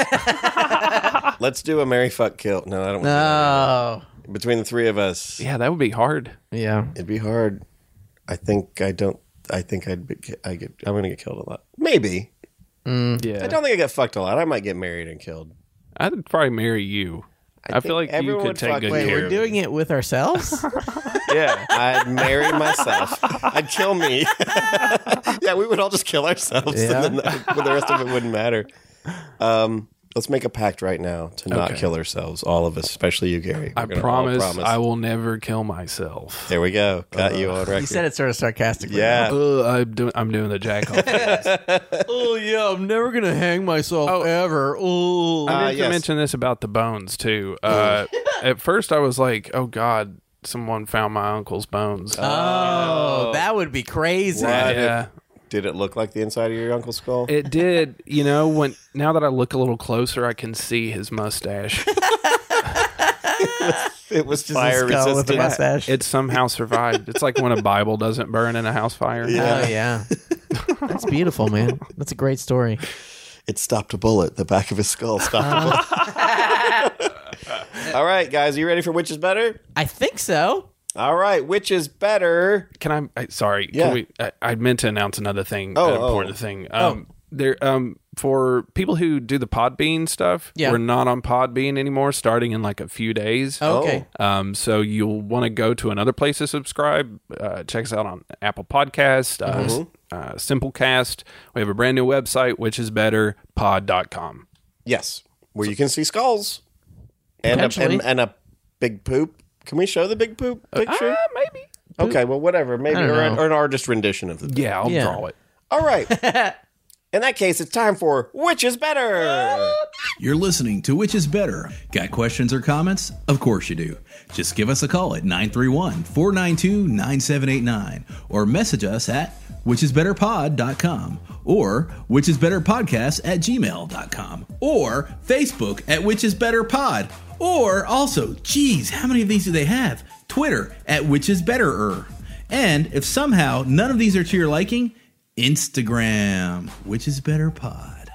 Let's do a Mary fuck kill. No, I don't. Want to Oh, do that. Between the three of us, Uh. Yeah, that would be hard. yeah. It'd be hard. I think I don't. I think I'd be. I get. I'm gonna get killed a lot. Maybe. Yeah. I I don't think I get fucked a lot. I might get married and killed. would probably marry you. I, think feel like you everyone could would take fuck good me. Wait, care we're of <laughs> me. doing it with ourselves. <laughs> Yeah. I'd marry myself. I'd kill <laughs> me. yeah, we would all just kill ourselves, Yeah. and then the, <laughs> the rest of it wouldn't matter. Um, let's make a pact right now to not Okay. kill ourselves, all of us, especially you, Gary. I We're gonna all promise, I Uh, will never kill myself. there we go. Got you on record. You said it sort of sarcastically. Yeah. Ugh, I'm, doing, I'm doing the <laughs> jack off. Oh yeah, I'm never gonna hang myself ever. Oh, I Uh, meant to yes. Mm. mention this about the bones too. Uh, at first, I was like, "Oh God, someone found my uncle's bones." that would be crazy. Oh. Wow. yeah, Uh, Did it look like the inside of your uncle's skull? it did. You know, when now that I look a little closer, I can see his <laughs> mustache. It was Just a fire skull with a resistant. mustache. It somehow survived. It's like when a Bible doesn't burn in a house fire. Uh, <laughs> Oh yeah, that's beautiful, man. That's a great story. It stopped a bullet. The back of his skull stopped a bullet. <laughs> all right, guys, you ready for which is better? I think so. All right, which is better? Can I? I sorry. Yeah. Can we? I, I meant to announce another thing. Oh, an oh. important thing. Um, There, um, for people who do the Podbean stuff, Yeah. Oh. we're not on Podbean anymore. Starting in like a few days. Okay. Oh. Um, so you'll want to go to another place to subscribe. Uh, check us out on Apple Podcast, uh, s- uh, Simplecast. We have a brand new website, which is better pod.com. Yes, where you can see skulls and a, Potentially. Uh, and, and a big poop. Can we show the big poop picture? maybe. okay, well, whatever. Maybe um, don't or an, know. or an artist rendition of the. Yeah, I'll Yeah. draw it. All <laughs> right. In that case, it's time for which is <laughs> better. You're listening to Which Is Better. Got questions or comments? Of course you do. Just give us a call at 931 492 9789 or message us at whichisbetterpod.com or whichisbetterpodcast at gmail.com or Facebook at whichisbetterpod or also, geez, how many of these do they have? Twitter at whichisbetterer. And if somehow none of these are to your liking, Instagram, which is better pod.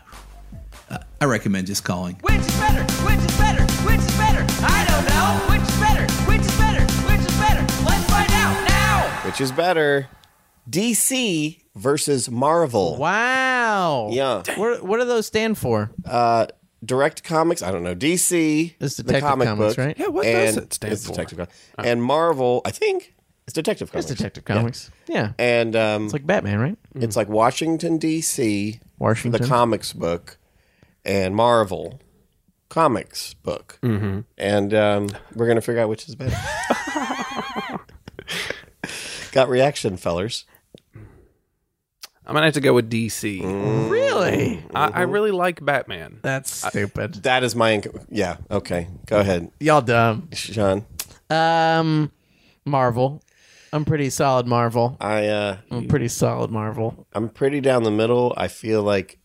I recommend just calling. Which is better? Which is better? Which is better? I don't know. Which is better? Which is better? Which is better? Let's find out now. Which is better? DC versus Marvel. Wow. Yeah. What What do those stand for? Direct comics. I don't know. DC. It's Detective Comics, right? Yeah, what and does it stand it's for? Detective Comics. And Marvel, I think, it's Detective Comics. Uh. It's Detective Comics. Yeah. And um, It's like hmm. Batman, right? It's like Washington D.C. Washington. the comics book, and Marvel comics book, mm-hmm. and um, we're gonna figure out which is <laughs> better. Got reaction, fellers. I'm going to have to go with DC. Mm-hmm. really? I, I really like Batman. That's stupid. That is my inc- yeah. Okay, go ahead, Y'all dumb. Sean. Um, Marvel. I'm pretty solid Marvel. I uh, I'm pretty solid Marvel. I'm pretty down the middle. I feel like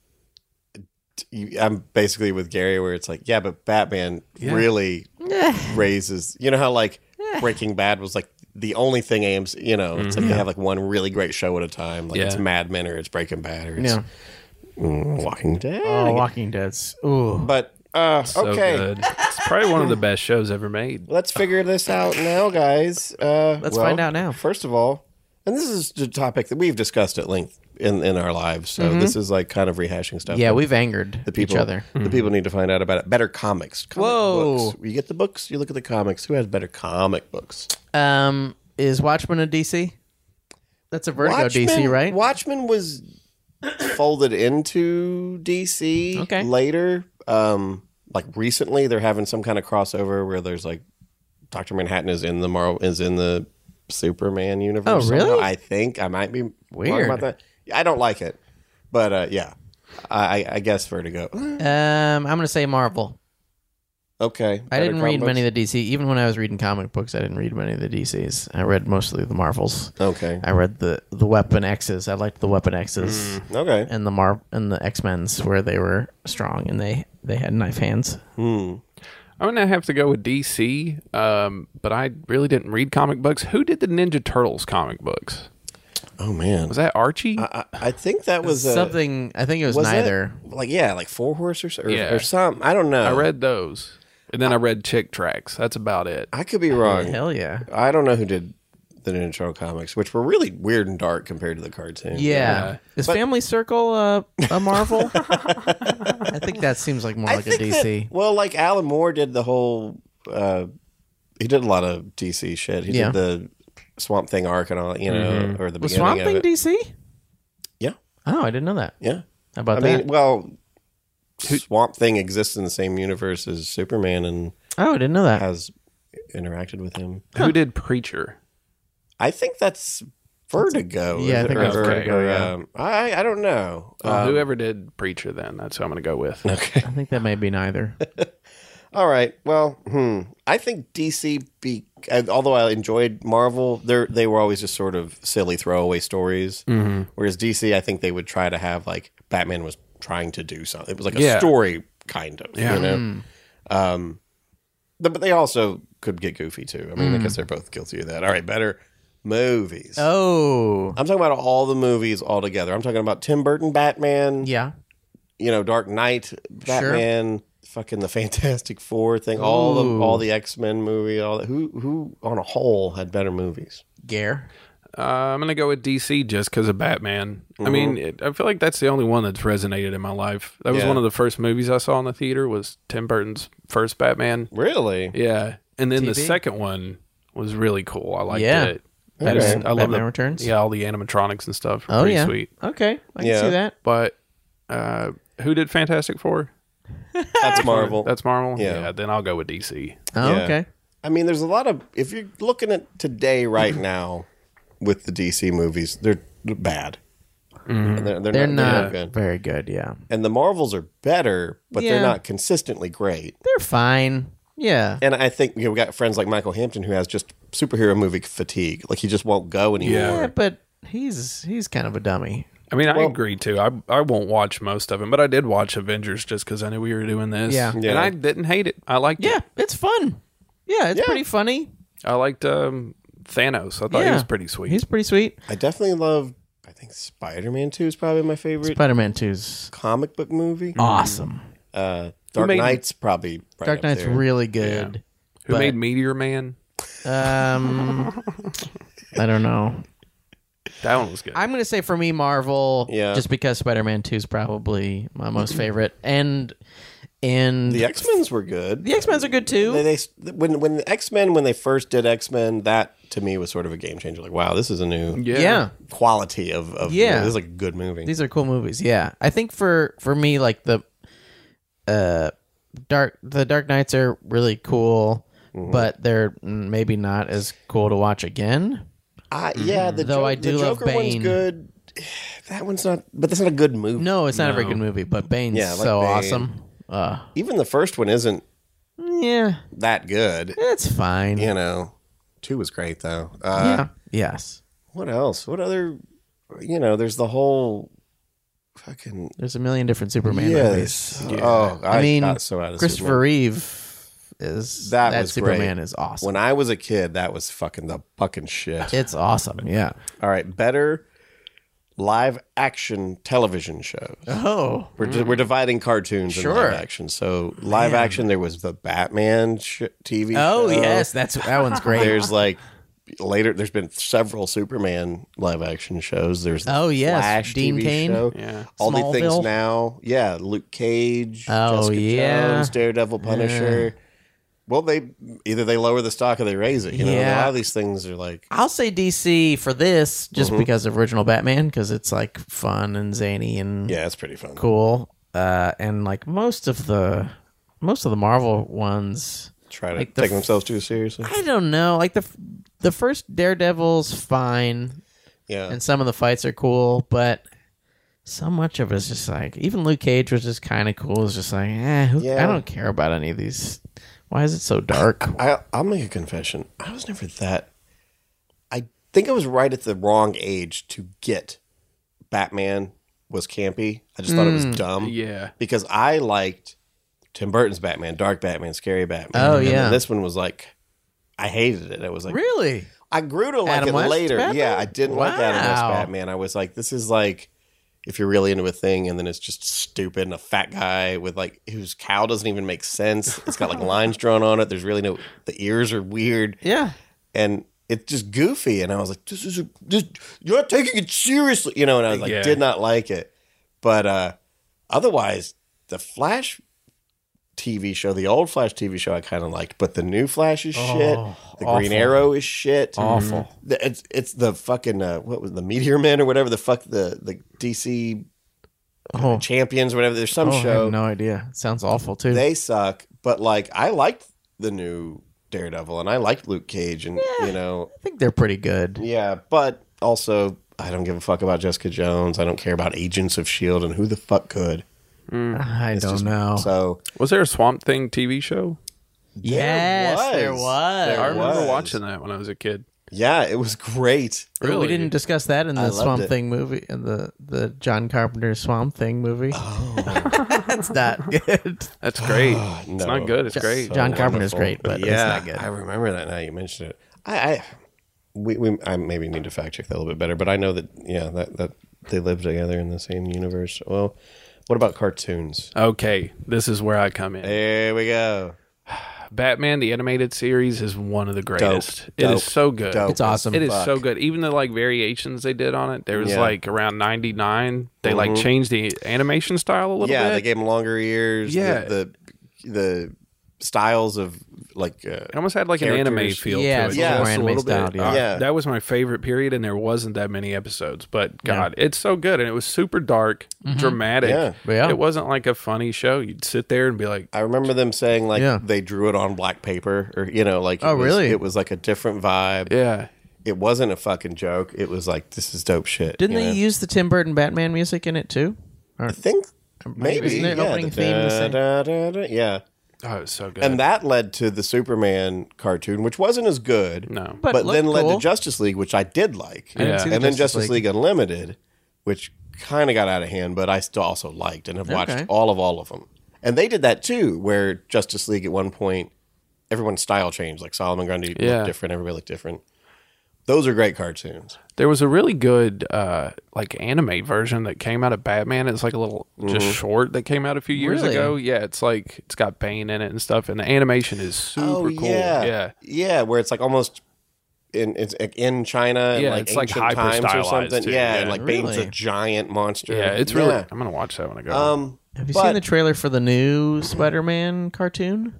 you, I'm basically with Gary, where it's like, yeah, but Batman <laughs> really raises. You know how like Breaking Bad was like the only thing AMC. You know, it's like they have like one really great show at a time. Like it's Yeah. Mad Men or it's Breaking Bad or it's Yeah. mm, Walking Dead. Oh, Walking Dead's. Ooh. but uh, So okay, good. It's probably one of the best shows ever made. let's figure this out now, guys. Uh, Let's well, find out now. First of all, and this is a topic that we've discussed at length in in our lives. So Mm-hmm. this is like kind of rehashing stuff. Yeah, that we've angered the people each other. The people need to find out about it. Better comics. Comic Whoa. Books. You get the books. You look at the comics. Who has better comic books? Um, is Watchmen a DC? That's a Vertigo DC, right? Watchmen was folded into DC. Okay. Later, um, like recently, they're having some kind of crossover where there's like Doctor Manhattan is in the Marvel is in the Superman universe. Oh, really? somehow. I think I might be wrong Weird. about that. I don't like it, but uh, yeah, I, I- I guess Vertigo. <gasps> um, I'm gonna say Marvel. Okay, I better didn't read comic many of the DC. Even when I was reading comic books, I didn't read many of the DCs. I read mostly the Marvels. books. Okay, I read the the Weapon X's. I liked the Weapon Mm. X's okay. and the Mar and the X Men's where they were strong and they they had knife hands. I'm going to have to go with DC, um, but I really didn't read comic books. Who did the Ninja Turtles comic books? Oh man, Was that Archie? I, I think that was a, Something I think it was, was that- neither. like yeah, like four horse or s- or, Yeah. or something. I don't know. I read those. And then I read Chick Tracks. That's about it. I could be wrong. Hell yeah. I don't know who did the Ninja Turtle comics, which were really weird and dark compared to the cartoon. Yeah. Yeah. Is Family Circle a, a Marvel? I think that seems like more I like a think that- DC. well, like Alan Moore did the whole. Uh, he did a lot of DC shit. He Yeah. did the Swamp Thing arc and all, you know, Mm-hmm. or the beginning Was Swamp of Thing it. DC? yeah, Oh, I didn't know that. yeah. How about I that? mean, well, Swamp Thing exists in the same universe as Superman and oh, I didn't know that. has interacted with him. Who did Preacher? I think that's Vertigo. Yeah, is I it? think Or that's Vertigo, or, yeah. Oh, um, I I don't know. Well, Um, Uh, whoever did Preacher, then that's who I'm going to go with. Okay. I think that may <laughs> be neither. All right. Well, hmm. I think DC. Be uh, although I enjoyed Marvel, they they were always just sort of silly throwaway stories. Mm-hmm. Whereas DC, I think they would try to have like Batman was trying to do something. It was like a Yeah. story kind of. Yeah. You know. Um, th- but they also could get goofy too. I mean, I guess they're both guilty of that. All right. Better movies. Oh, I'm talking about all the movies all together. I'm talking about Tim Burton Batman. yeah. you know, Dark Knight, Batman, fucking the <laughs> Fantastic Four thing, all the Ooh. all the X Men movie, all that. Who who on a whole had better movies? Gare. Uh, I'm going to go with DC just because of Batman. Mm-hmm. I mean, it, I feel like that's the only one that's resonated in my life. That was Yeah. one of the first movies I saw in the theater was Tim Burton's first Batman. Really? Yeah, and then the TV? second one was really cool. I liked Yeah. it. I, just- Okay. I love Batman the, Returns? Yeah, all the animatronics and stuff. Were Oh, pretty yeah. sweet. Okay, I can Yeah. see that. But uh, who did Fantastic Four? That's Marvel. That's Marvel. Yeah. Then I'll go with DC. Oh, Yeah. okay. I mean, there's a lot of if you're looking at today <clears throat> right now with the DC movies, they're bad. They're, they're Mm-hmm. not, They're not they're not good. very good. Yeah, And the Marvels are better, but Yeah. they're not consistently great. they're fine. Yeah. And I think you know, we got friends like Michael Hampton who has just superhero movie fatigue. Like he just won't go anymore. Yeah. Yeah, but he's he's kind of a dummy. I mean, I agree too. I I won't watch most of them, but I did watch Avengers just because I knew we were doing this. Yeah. and Yeah. I didn't hate it. I liked Yeah, it. it's fun. Yeah, it's Yeah. pretty funny. I liked um, Thanos. I thought he Yeah. was pretty sweet. He's pretty sweet. I definitely love. I think Spider Man Two is probably my favorite Spider Man 2's comic book movie. awesome. Uh, Dark made- Knight's probably right Dark up Knight's there. really good. Who but- made Meteor Man? Um, I don't know. That one was good. I'm gonna say for me, Marvel. Yeah. Just because Spider-Man Two is probably my most favorite, and and The X Men's were good. the X Men's are good too. They, they when when the X Men when they first did X Men that to me was sort of a game changer. Like wow, this is a new yeah. yeah, quality of of Yeah. This is like a good movie. these are cool movies. Yeah, I think for for me, like the uh dark the Dark Knights are really cool, Mm-hmm. but they're mm, maybe not as cool to watch again. I, yeah, the Mm-hmm. Though Jo- I the do love Joker Bane. one's good. <sighs> That one's not, but that's not a good movie. No, it's not a very good movie, but Bane's Yeah, I like so Bane. awesome. Uh, Even the first one isn't yeah, that good. it's fine. You know, two was great though. Uh, yeah. Yes. what else? What other? You know, there's the whole fucking There's a million different Superman movies. yes. Oh, I, I mean, got so out of Christopher Superman. Reeve is That that, was Superman great. is awesome. When I was a kid, that was fucking the fucking shit. it's awesome, yeah. All right, better live action television shows. Oh, We're, di- we're dividing cartoons and Sure. live action. So live action, there was the Batman sh- TV. oh show. yes, that's that one's great. There's like later. There's been several Superman live action shows. There's the Oh, yes, Flash Dean TV Cain. show. Yeah. All the things Smallville. now. Yeah, Luke Cage, Oh, Jessica yeah. Jones, Daredevil, Punisher. Well, they either they lower the stock or they raise it. You know, a Yeah. lot of these things are like I'll say DC for this just Mm-hmm. because of original Batman because it's like fun and zany and yeah, it's pretty fun. cool. Uh, and like most of the most of the Marvel ones, Try to Like the take f- themselves too seriously. I don't know. Like the f- the first Daredevil's fine. Yeah, and some of the fights are cool, but so much of it's just like even Luke Cage was just kind of cool. It's just like, eh, who, Yeah. I don't care about any of these. Why is it so dark? I, I'll make a confession. I was never that. I think I was right at the wrong age to get Batman was campy. I just thought it Mm. was dumb. Yeah. because I liked Tim Burton's Batman, Dark Batman, Scary Batman. Oh, And then yeah. this one was like I hated it. It was <laughs> like really? I grew to like Adam it West later. Batman? Yeah, I didn't like Adam West Wow. Batman. I was like, this is like if you're really into a thing, and then it's just stupid and a fat guy with like whose cow doesn't even make sense. It's <laughs> got like lines drawn on it. There's really no the ears are weird Yeah. and it's just goofy. And I was like, this is a, this, you're not taking it seriously, you know. And I was like, Yeah. did not like it, but uh, otherwise, the Flash TV show. The old Flash TV show I kind of liked, but the new Flash is shit. The Oh, awful. Green Arrow is shit. Awful. The- It's it's the fucking uh, what was it, the Meteor Man or whatever the fuck the the DC Oh, Champions whatever. There's some oh, I show have no idea. Sounds awful too. they suck. But like I liked the new Daredevil and I liked Luke Cage and you know I think they're pretty good. yeah, but also I don't give a fuck about Jessica Jones. I don't care about Agents of Shield E and who the fuck could. Uh, I Mm. It's don't just- know. So Was there a Swamp Thing TV show? yes, there was. was. There I remember was. watching that when I was a kid. yeah, it was great. Ooh, We didn't discuss that in I the loved Swamp it. Thing movie, in the the John Carpenter Swamp Thing movie. Oh, <laughs> that's not <laughs> good. That's great. It's No. not good. It's great. John So Carpenter's Oh, wonderful. great, but yeah, it's not I good. remember that now you mentioned it. I, I we, we I maybe need to fact check that a little bit better, but I know that yeah that that they live together in the same universe. Well, what about cartoons? Uh, Okay, this is where I come in. There we go. Batman the animated series is one of the greatest. It is Dope. so good. Dope It's awesome. It is Fuck. so good. Even the like variations they did on it. There was Yeah. Mm-hmm. like around ninety nine. They like changed the animation style a little yeah, bit. they gave him longer ears. Yeah. the the, the styles of like uh, it almost had like characters. an anime feel Yeah, to it. it's Yeah, just more a anime little style, bit. yeah. Uh, Yeah. that was my favorite period, and there wasn't that many episodes. But God, it's so good, and it was super dark, dramatic. Yeah. Mm-hmm. Yeah. It wasn't like a funny show. You'd sit there and be like, I remember them saying like Yeah. they drew it on black paper or you know like it Oh, was- really? it was like a different vibe. Yeah, It wasn't a fucking joke. It was like this is dope shit. Didn't you they know? use the Tim Burton Batman music in it too? I think maybe Isn't their yeah, opening the theme the same? da, da, da, yeah. oh, it was so good. And that led to the Superman cartoon, which wasn't as good. no, But But, it then led led to Justice League, which I did like. didn't see And the then Justice League. Unlimited, which kind of got out of hand, but I still also liked and have watched Okay. all of all of them. And they did that too, where Justice League at one point, everyone's style changed. Like Solomon Grundy Yeah. looked different, everybody looked different. Those are great cartoons. There was a really good uh, like anime version that came out of Batman. It's like a little Mm-hmm. just short that came out a few years Really? ago. Yeah, it's like it's got Bane in it and stuff, and the animation is super cool. Oh, yeah, yeah. yeah, where it's like almost in it's like in China, Yeah, yeah, like it's, like, ancient times or hyper-stylized, something. too. yeah, and Yeah. like Bane's Really? a giant monster. Yeah, it's really. Yeah. I'm gonna watch that when I go. home. Um, Have you But- seen the trailer for the new Spider-Man cartoon?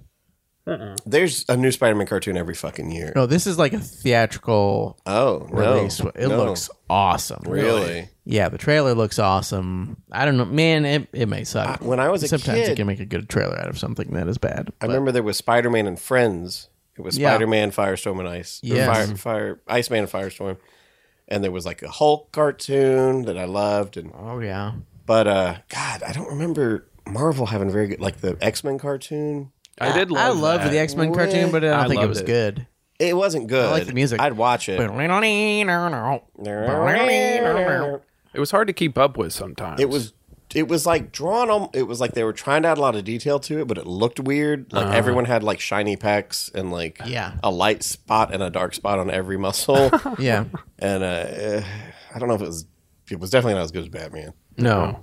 there's a new Spider-Man cartoon every fucking year. No, this is like a theatrical Oh, no, release. It no. looks awesome. really. Yeah, the trailer looks awesome. I don't know, man. It, it may suck. When I was a Sometimes kid, you can make a good trailer out of something that is bad. I remember there was Spider-Man and Friends. It was Yeah. Spider-Man, Firestorm, and Ice. or Yes. Fire, Fire, Iceman and Firestorm. And there was like a Hulk cartoon that I loved, and Oh yeah, but uh, God, I don't remember Marvel having very good like the X Men cartoon. I did. Love I loved that. the X Men cartoon, but I don't I think it loved was it. good. It wasn't good. I like the music. I'd watch it. It It was hard to keep up with sometimes. It was it was like drawn on it was like they were trying to add a lot of detail to it, but it looked weird. Like everyone had like shiny packs and like Uh-huh. Yeah. a light spot and a dark spot on every <laughs> muscle. Yeah, and uh, eh, I don't know if it was it was definitely not as good as Batman. no,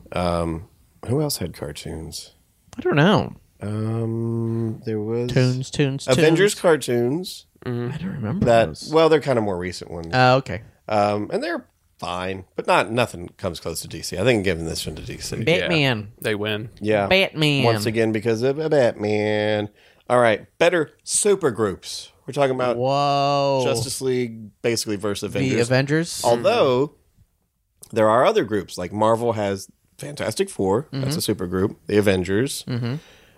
Who else had cartoons? I don't know. Um there was Tunes, tunes, tunes. Avengers cartoons I don't remember that those. well they're kind of more recent ones. Uh, okay, Um and they're fine, but not nothing comes close to DC. I think I'm giving this one to DC. Batman, They win. Yeah. Batman. Oh, Once again, because of a Batman. All right. Better supergroups. We're talking about whoa, uh, Justice League basically versus the Avengers. Avengers. Although there are other groups, like Marvel has Fantastic 4 Mm-hmm. That's a supergroup. The Avengers,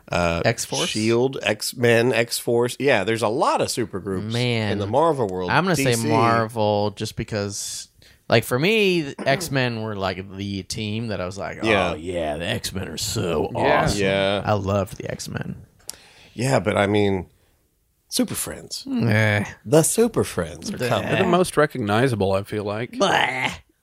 X Force. Shield, E X Men, X Force. Yeah, there's a lot of supergroups Man. in the Marvel world. I'm gonna DC, say Marvel just because, like for me, X Men were like the team that I was like, oh yeah, Yeah. the X Men are so Yeah. awesome. Yeah, I loved the X Men. yeah, but I mean, Super Friends. Hmm. The Super Friends are coming. They're the most recognizable. I feel like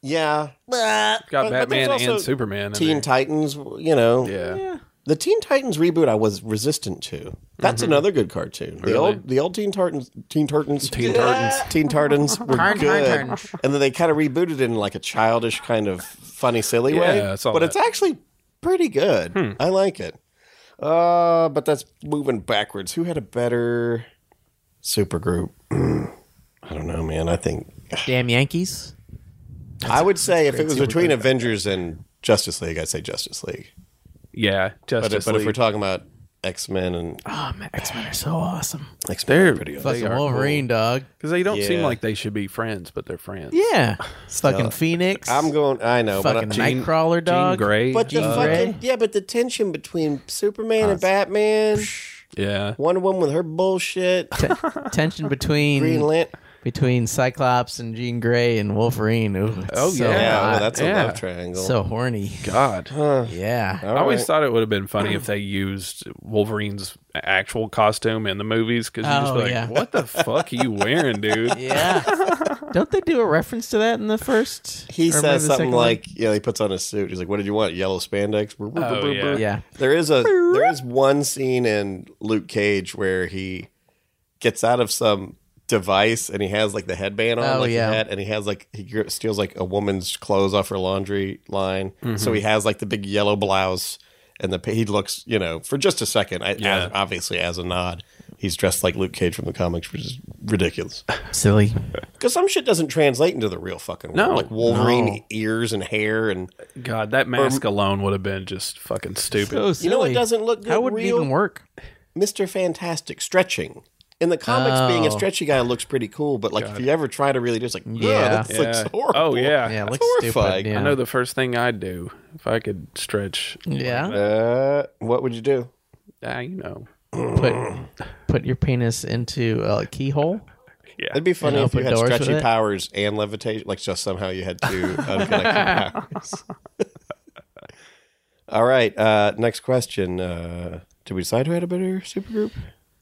Yeah, got but there's Batman also and Superman. in Teen there. Titans. You know, yeah. The Teen Titans reboot I was resistant to. That's Mm-hmm. another good cartoon. The old the old Teen Titans Teen Titans Teen Titans <laughs> Teen Titans were Tarn- good. Tarn- Tarn. And then they kind of rebooted it in like a childish kind of funny silly Yeah, I way. saw but that. Hmm. it's actually pretty good. I like it. Uh but that's moving backwards. Who had a better supergroup? <clears throat> I don't know, man. I think Damn Yankees. I would say if it was between Avengers and Justice League, I'd say Justice League. Yeah. But, Justice if, but if League. we're talking about X Men and Oh man, X Men are so awesome. X Men are pretty awesome. They Fucking are Wolverine, dog. Because they don't seem Yeah. like they should be friends, but they're friends. Yeah, fucking Phoenix. I'm going. I know, but uh, I- fucking Nightcrawler, Jean dog. Grey. But the Jean fucking Grey. yeah, but the tension between Superman and Batman, yeah. Wonder Woman with her bullshit, Tension between Green Lantern. Oh, between Cyclops and Jean Grey and Wolverine. Ooh, it's Oh, so yeah. Yeah, hot. well, that's a Yeah. love triangle. <laughs> so horny. God. Yeah. All I always right. thought it would have been funny <clears throat> if they used Wolverine's actual costume in the movies because you just Oh, be like, yeah. what the fuck are you <laughs> wearing, dude? Yeah. Don't they do a reference to that in the first? he or maybe says the something second one? like, "Yeah, he puts on his suit. He's like, what did you want? Yellow spandex." Oh, yeah. Yeah. There is a there is one scene in Luke Cage where he gets out of some device and he has like the headband on, Oh, like yeah. the hat, and he has like he gr- steals like a woman's clothes off her laundry line, Mm-hmm. so he has like the big yellow blouse and the pa- he looks you know for just a second, I, Yeah. as- obviously as a nod, he's dressed like Luke Cage from the comics, which is ridiculous Silly. because some shit doesn't translate into the real fucking world, No. like Wolverine ears and hair and God, that mask alone would have been just <laughs> fucking stupid. So you silly. know it doesn't look good How would it real even work? Mr. Fantastic stretching. In the comics, being a Oh. stretchy guy looks pretty cool, but like if you ever try to really do, it's like, yeah, Yeah. that's like Yeah. horrible. Oh, yeah. Yeah, it That's looks horrifying. stupid. Yeah. I know the first thing I'd do if I could stretch, yeah. Uh, what would you do? ah, you know. Put put your penis into a keyhole. Yeah. It'd be funny And if you open had doors with stretchy it. powers and levitation. Like just somehow you had two unconnected <laughs> powers. <laughs> All right. Uh, next question. Uh, did we decide who had a better supergroup?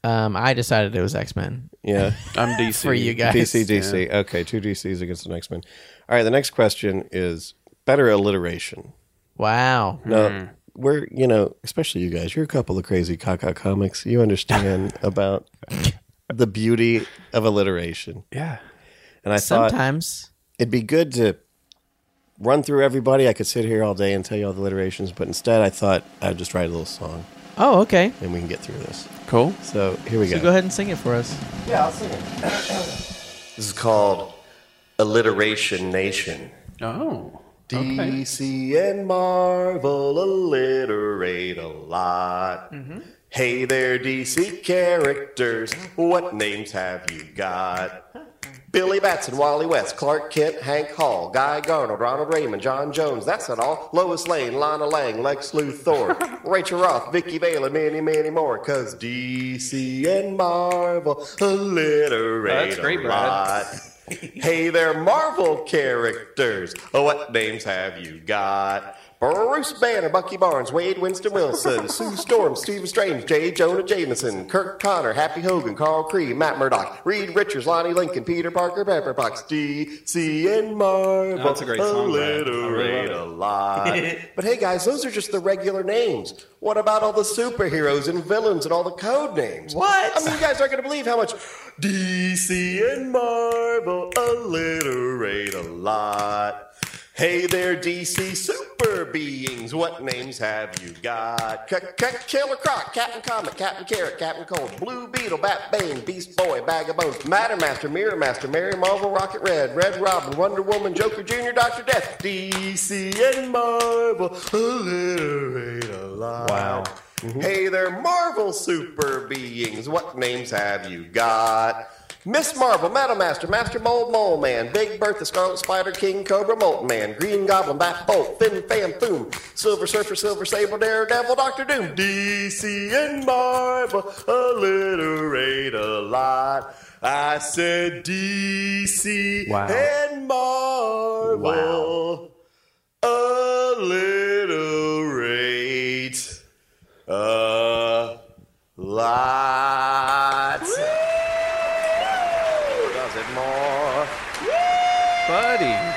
Um, I decided it was X Men Yeah. I'm DC. <laughs> for you guys. DC, DC. Okay, two DCs against the next man. All right. The next question is better alliteration. Wow. No, we're you know, especially you guys. You're a couple of crazy caca comics. You <laughs> understand about the beauty of alliteration. Yeah. And I thought Sometimes. it'd be good to run through everybody. I could sit here all day and tell you all the alliterations, but instead, I thought I'd just write a little song Oh, okay. and we can get through this. Cool. So here we So go. go ahead and sing it for us. Yeah, I'll sing it. this is called Alliteration Nation. Oh. DC and Marvel alliterate a lot. Hey there, DC characters, what names have you got? Billy Batson, Wally West, Clark Kent, Hank Hall, Guy Garnold, Ronald Raymond, John Jones, that's not all. Lois Lane, Lana Lang, Lex <laughs> Luthor, Rachel Roth, Vicki Vale, and many, many more, because DC and Marvel alliterate That's great, a Brad. <laughs> lot. Hey there, Marvel characters. Oh, what names have you got? Bruce Banner, Bucky Barnes, Wade Winston Wilson, <laughs> Sue Storm, Stephen Strange, J. Jonah Jameson, Kirk Connor, Happy Hogan, Carl Cree, Matt Murdock, Reed Richards, Lonnie Lincoln, Peter Parker, Pepper Fox, DC, and Marvel. That's a great song, Brad. I really Alliterate a lot. <laughs> but hey, guys, those are just the regular names. What about all the superheroes and villains and all the code names? What? I mean, you guys aren't going to believe how much DC and Marvel alliterate a lot. Hey there, DC super beings. What names have you got? C- C- Killer Croc, Captain Comet, Captain Carrot, Captain Cold, Blue Beetle, Bat Bane, Beast Boy, Bag of Bones, Matter Master, Mirror Master, Mary Marvel, Rocket Red, Red Robin, Wonder Woman, Joker Jr., Doctor Death. DC and Marvel alliterate a lot. Wow. Mm-hmm. Hey there, Marvel super beings. What names have you got? Miss Marvel, Metal Master, Master Mold, Mole Man, Big Bertha, Scarlet Spider, King Cobra, Molten Man, Green Goblin, Bat Bolt, Fin Fam Foom, Silver Surfer, Silver Sable, Daredevil, Doctor Doom, DC and Marvel, alliterate a lot. I said DC Wow. and Marvel, alliterate a lot. Does it more? Buddy.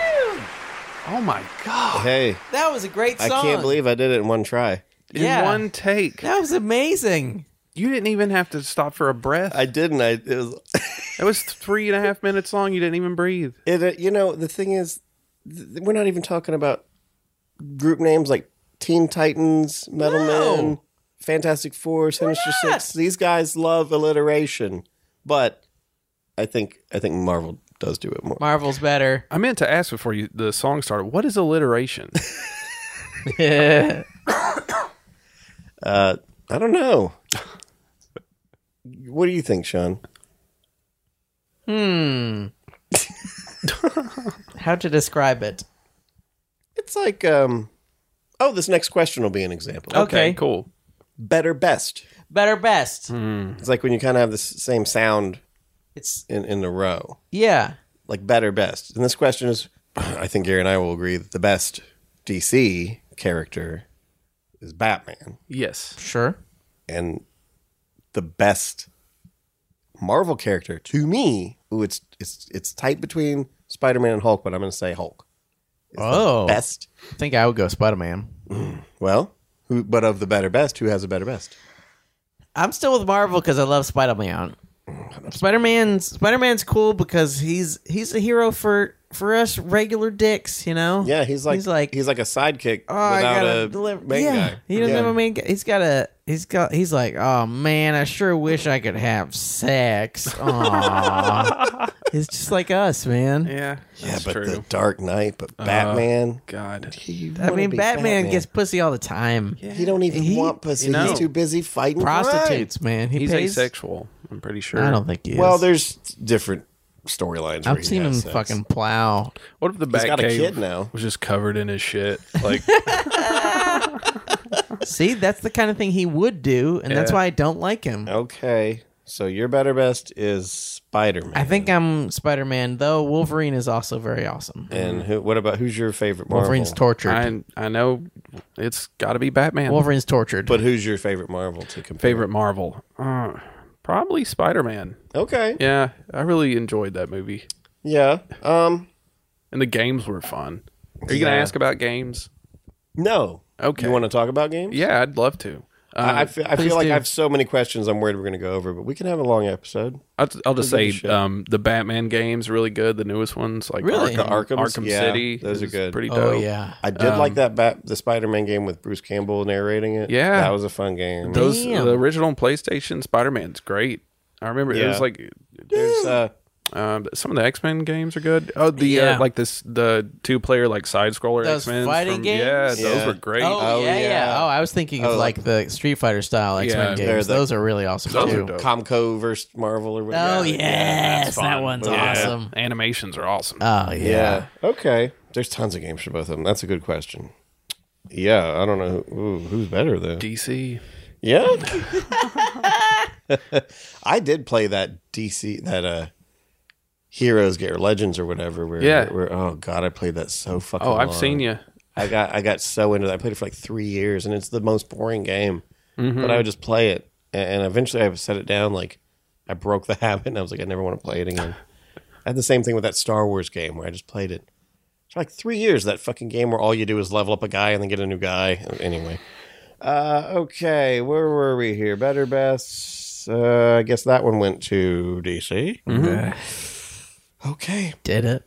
Oh, my God. Hey, That was a great I song. can't believe I did it in one try. In Yeah. one take. that was amazing. You didn't even have to stop for a breath. I didn't. I it was. <laughs> It was three and a half minutes long. You didn't even breathe. It, uh, you know, the thing is, th- we're not even talking about group names like Teen Titans, Metal No. Men, Fantastic Four, Sinister not. Six. These guys love alliteration, but I think I think Marvel does do it more. Marvel's <laughs> better. I meant to ask before you the song started. What is <laughs> alliteration? yeah. I don't know. <laughs> What do you think, Sean? Hmm. How to describe it? It's like, um, oh, this next question will be an example. Okay. cool. Better, best. Better best. It's like when you kind of have the s- same sound It's in in a row, yeah. like better, best. And this question is, <clears throat> I think Gary and I will agree that the best DC character is Batman, Yes. Sure. and the best Marvel character to me. Ooh, it's it's it's tight between Spider Man and Hulk, but I'm going to say Hulk. Is the Oh. best. Hmm. I think I would go Spider Man. Well, who? But of the better best, who has a better best? I'm still with Marvel because I love Spider Man. Spider Man's Spider Man's cool because he's he's a hero for for us regular dicks, you know. Yeah, he's like he's like, a sidekick oh, I without gotta a deliver. main yeah, guy. he doesn't Yeah. have a main guy. He's got a he's got he's like oh man, I sure wish I could have sex. <laughs> Aw. it's just like us, man. Yeah. Yeah, That's but true. the Dark Knight, but Uh-huh. Batman. God. you I wanna mean, be Batman, gets pussy all the time. He don't even He- want pussy. you know. He's too busy fighting Prostitutes, man. He He's pays. asexual. I'm pretty sure. I don't think he is. crime. Well, there's different storylines. where I've he seen him has uh, sex. fucking plow. What if the He's back got a cave kid now. was just covered in his <laughs> shit? Like, See, that's the kind of thing he would do, and that's Yeah. why I don't like him. Okay, so your better best is Spider Man. I think I'm Spider Man, though Wolverine is also very awesome. And who? What about who's your favorite Marvel? Wolverine's tortured. I I know it's got to be Batman. Wolverine's tortured. but who's your favorite Marvel to compare? Favorite Marvel? Uh, probably Spider Man. Okay. Yeah, I really enjoyed that movie, Yeah. Um. and the games were fun. Are you gonna Yeah. ask about games? No. Okay. You want to talk about games? Yeah, I'd love to. I, I Uh, feel, I please feel like do. I have so many questions. I'm worried we're going to go over, but we can have a long episode. I'll, I'll just I'll give it say a shot. um, the Batman games really good. The newest ones, like Really? Arkham, The Arkhams? Arkham Yeah, City, those are is good. Pretty dope. oh yeah, I Um, did like that bat, the Spider-Man game with Bruce Campbell narrating it. Yeah. that was a fun game. Those Damn. the original PlayStation Spider Man's great. I remember it Yeah. was like There's, uh, um, some of the X Men games are good. Oh, the Yeah. uh, like this the two player like side scroller Those X Men fighting games? Yeah, those Yeah. were great. Oh, Oh, yeah, yeah, yeah. Oh, I was thinking of Oh, like the Street Fighter style X Men Yeah, they're games. the- Those are really awesome Those are too. dope. Comco versus Marvel or whatever. Oh yes, that fun. one's Yeah. awesome. Animations are awesome. Oh yeah. yeah. Okay, there's tons of games for both of them. That's a good question. Yeah, I don't know who, ooh, who's better though. DC. Yeah, <laughs> I did play that DC that uh. Heroes get or legends or whatever. Where, Yeah. where- oh god, I played that so fucking. Oh, I've long. seen you. I got I got so into that. I played it for like three years, and it's the most boring game. But I would just play it, a- and eventually I set it down. Like I broke the <laughs> habit, and I was like, I never want to play it again. I had the same thing with that Star Wars game where I just played it for like three years. That fucking game where all you do is level up a guy and then get a new guy. Anyway, uh, okay, where were we here? Better best. Uh, I guess that one went to DC. Okay, Did it?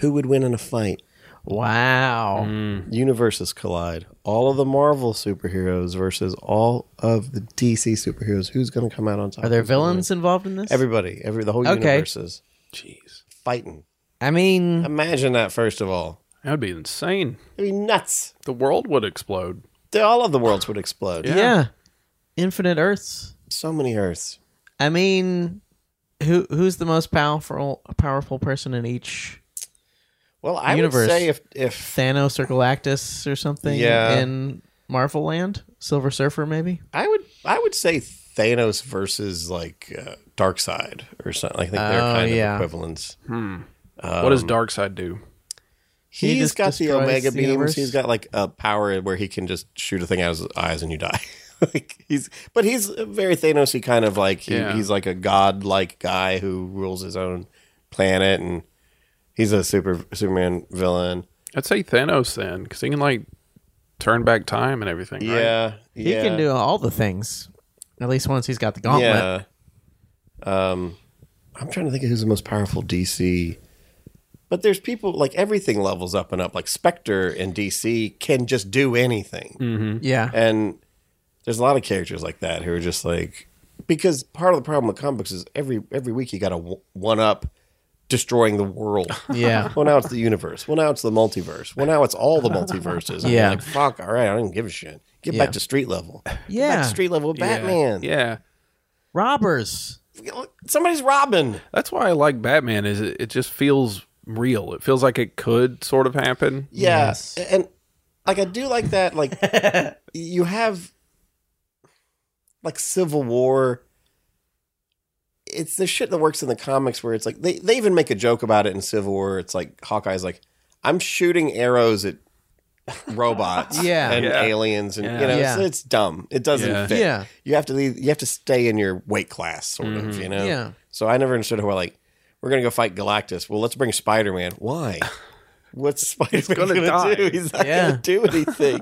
who would win in a fight? Wow. universes collide. All of the Marvel superheroes versus all of the DC superheroes. Who's going to come out on top? Are there villains involved in this? Everybody, every the whole Okay. universe is Jeez, fighting. I mean, Imagine that first of all. that would be insane. It'd be nuts. The world would explode. The- All of the worlds would explode. yeah. Infinite Earths. So many Earths. I mean, who who's the most powerful powerful person in each Well, I Universe. would say if if Thanos or Galactus or something Yeah. in Marvel Land? Silver Surfer, maybe? I would I would say Thanos versus like uh, Darkseid or something. I think they're Oh, kind yeah. of equivalents. what Um, does Darkseid do? He's just got the destroys omega the beams. universe? He's got like a power where he can just shoot a thing out of his eyes and you die. <laughs> like he's, but he's very Thanosy kind of like he, Yeah. he's like a god like guy who rules his own planet and he's a super Superman villain. I'd say Thanos then, because he can like turn back time and everything. right? Yeah, He yeah, can do all the things. At least once he's got the gauntlet. Yeah. Um, I'm trying to think of who's the most powerful DC. But there's people like everything levels up and up. Like Spectre in DC can just do anything. Mm. Yeah. <laughs> And there's a lot of characters like that who are just like because part of the problem with comic books is every every week you got to one up destroying the <laughs> world. Yeah. well, now it's the universe. Well, now it's the multiverse. Well, now it's all the multiverses. And you're Yeah. like, fuck. All right, I don't give a shit. Get Yeah. <laughs> back to street level. Get Yeah. back to street level Yeah. Batman. Yeah. robbers. Somebody's robbing. That's why I like Batman. Is it, it just feels real? It feels like it could sort of happen. Yeah, Yes. and like I do like that. <laughs> Like you have like Civil War. It's the shit that works in the comics where it's like they they even make a joke about it in Civil War. It's like Hawkeye's like I'm shooting arrows at robots Yeah. and Yeah. aliens and Yeah. you know Yeah. so it's dumb it doesn't Yeah. fit Yeah. you have to leave you have to stay in your weight class sort of you know Yeah. so i never understood why like we're gonna go fight galactus well let's bring spider-man <laughs> why what's spider-man gonna gonna, die. do he's not Yeah. gonna <laughs> do anything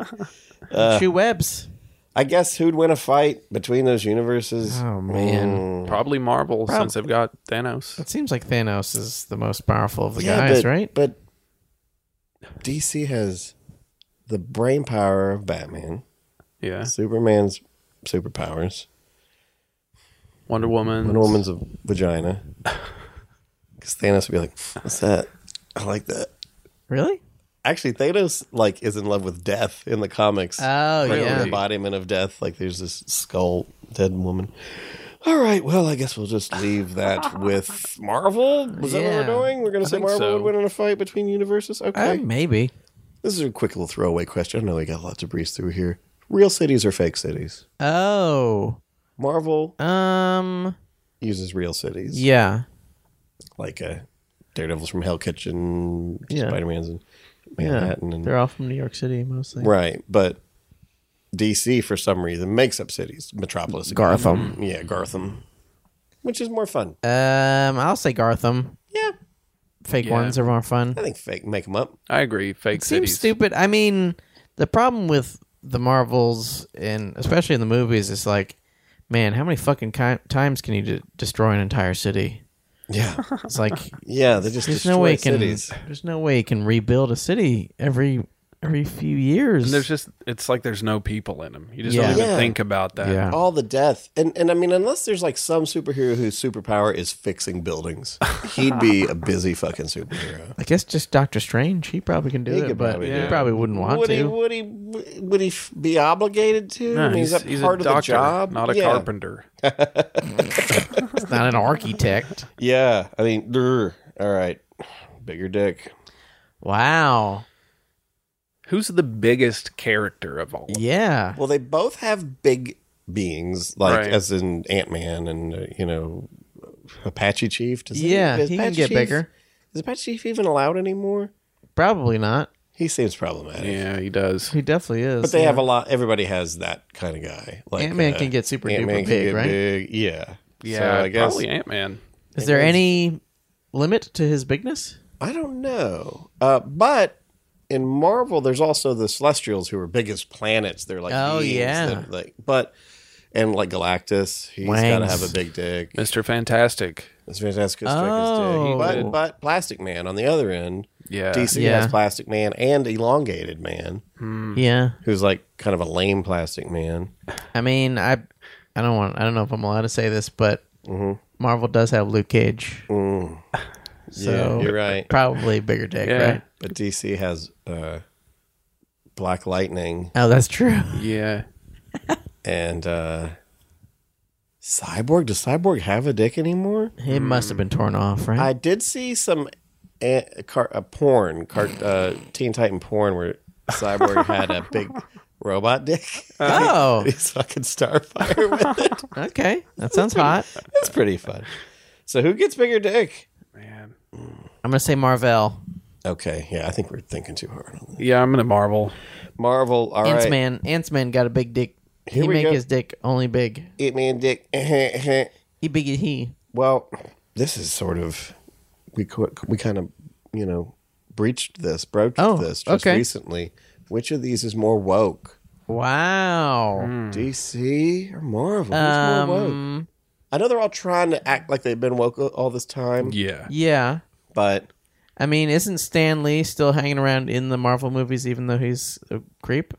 Uh, Shoe webs. i guess who'd win a fight between those universes Oh Mm. man. Probably Marvel since they've got Thanos. It seems like Thanos is the most powerful of the yeah guys, but, right? but dc has the brain power of batman Yeah, superman's superpowers Wonder Woman. Wonder Woman's a vagina. <laughs> Because Thanos would be like, "What's that? I like that." Really? Actually, Thanos like is in love with death in the comics. Oh Like, yeah. The embodiment of death. Like there's this skull dead woman. All right, well, I guess we'll just <laughs> leave that with Marvel. Was that what Yeah. we're doing? We're going to say think Marvel so. would win in a fight between universes? Uh, Okay. maybe. this is a quick little throwaway question. I know we got a lot to breeze through here. Real cities or fake cities? Oh. Marvel Um. uses real cities. Yeah. like uh, Daredevils from Hell Kitchen, Yeah. Spider Man's in Yeah. Manhattan, and They're all from New York City mostly. right. But DC for some reason makes up cities, Metropolis, again. Gotham. yeah, Gotham, which is more fun. Um. I'll say Gotham. Yeah, Fake Yeah. ones are more fun. I think fake make them up. I agree. Fake It cities. seems stupid. I mean, the problem with the Marvels and especially in the movies is like, man, how many fucking ki- times can you de- destroy an entire city? Yeah, It's like <laughs> yeah, they just there's destroy no way you can cities. there's no way you can rebuild a city every every few years. And there's just it's like there's no people in them. You just don't Yeah. even Yeah. think about that. yeah. All the death, and and I mean, unless there's like some <laughs> superhero whose superpower is fixing buildings, <laughs> he'd be a busy fucking superhero. I guess just Doctor Strange. He probably can do He it, could but probably he do it. probably wouldn't want would to. he? Would he? Would he f- be obligated to? I No, mean, he's, is that he's Mm, part a of the doctor, job? not a Yeah. carpenter. He's not an <laughs> architect. Yeah, I mean, grr. all right, bigger dick. wow. Who's the biggest character of all? of them? Yeah. Well, they both have big beings, like Right. as in Ant Man and uh, you know Apache Chief. Does yeah. is He can Apache get Chief- bigger. Is Apache Chief even allowed anymore? Probably not. He seems problematic. Yeah, he does. He definitely is. But they yeah. have a lot. Everybody has that kind of guy. Like uh, Ant-Man can get super duper Ant-Man can big, get right? big, Yeah. Yeah, So I guess probably Ant Man. Is there any limit to his bigness? I don't know. Uh, but in Marvel, there's also the Celestials who are big as planets. They're like, Oh, beings yeah. that, like, but and like Galactus, he's got to Wangs. have a big dick. Mister Fantastic. It's fantastic. to Oh. Strike his dick. But but Plastic Man on the other end, Yeah, DC Yeah. has Plastic Man and Elongated Man, Hmm. Yeah. who's like kind of a lame Plastic Man. I mean, I I don't want I don't know if I'm allowed to say this, but Mm-hmm. Marvel does have Luke Cage. <laughs> So yeah, Mm. you're right. probably bigger dick, Yeah. right? But DC has uh, Black Lightning Oh, that's true. <laughs> yeah. and uh, Cyborg. Does Cyborg have a dick anymore? It must have been torn off, right? I did see some a, car, a porn, car, uh, Teen Titan porn, where Cyborg had a big robot dick. <laughs> oh, He's fucking Starfire with it. okay. That sounds <laughs> hot. It's pretty fun. So who gets bigger dick? Man. I'm gonna say Marvel. Okay, yeah, I think we're thinking too hard on that. Yeah, I'm gonna Marvel. Marvel, all Ants right. Man. Ants Man got a big dick. Here he we make go. his dick only big. Eat me and dick. He big as he. well, this is sort of we co- we kind of you know breached this, broached Oh, this just okay. recently. Which of these is more woke? Wow. DC or Marvel? Who's more woke? Um. I know they're all trying to act like they've been woke all this time, Yeah, Yeah. but I mean, isn't Stan Lee still hanging around in the Marvel movies, even though he's a creep?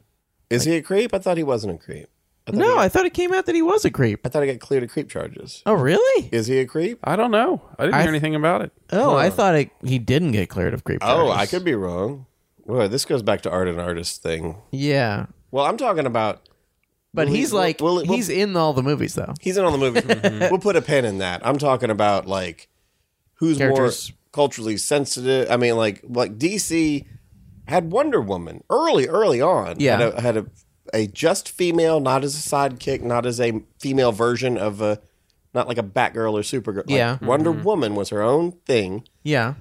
is he a creep? I thought he wasn't a creep. I thought he No, got, I thought it came out that he was a creep. I thought he got cleared of creep charges. Oh, really? Is he a creep? I don't know. I didn't I hear th- anything about it. Oh, I thought it, he didn't get cleared of creep. Oh, charges. I could be wrong. Well, this goes back to art and artist thing. Yeah. Well, I'm talking about But We'll- he's we'll- like we'll- we'll- he's in all the movies though. He's in all the movies. we'll put a pin in that. I'm talking about like who's Characters. more culturally sensitive. I mean, like like DC had Wonder Woman Er, early, early on. Yeah. had a, had a, a just female, not as a sidekick, not as a female version of a, not like a Batgirl or Supergirl. Like, Yeah. Wonder Woman was her own thing Yeah.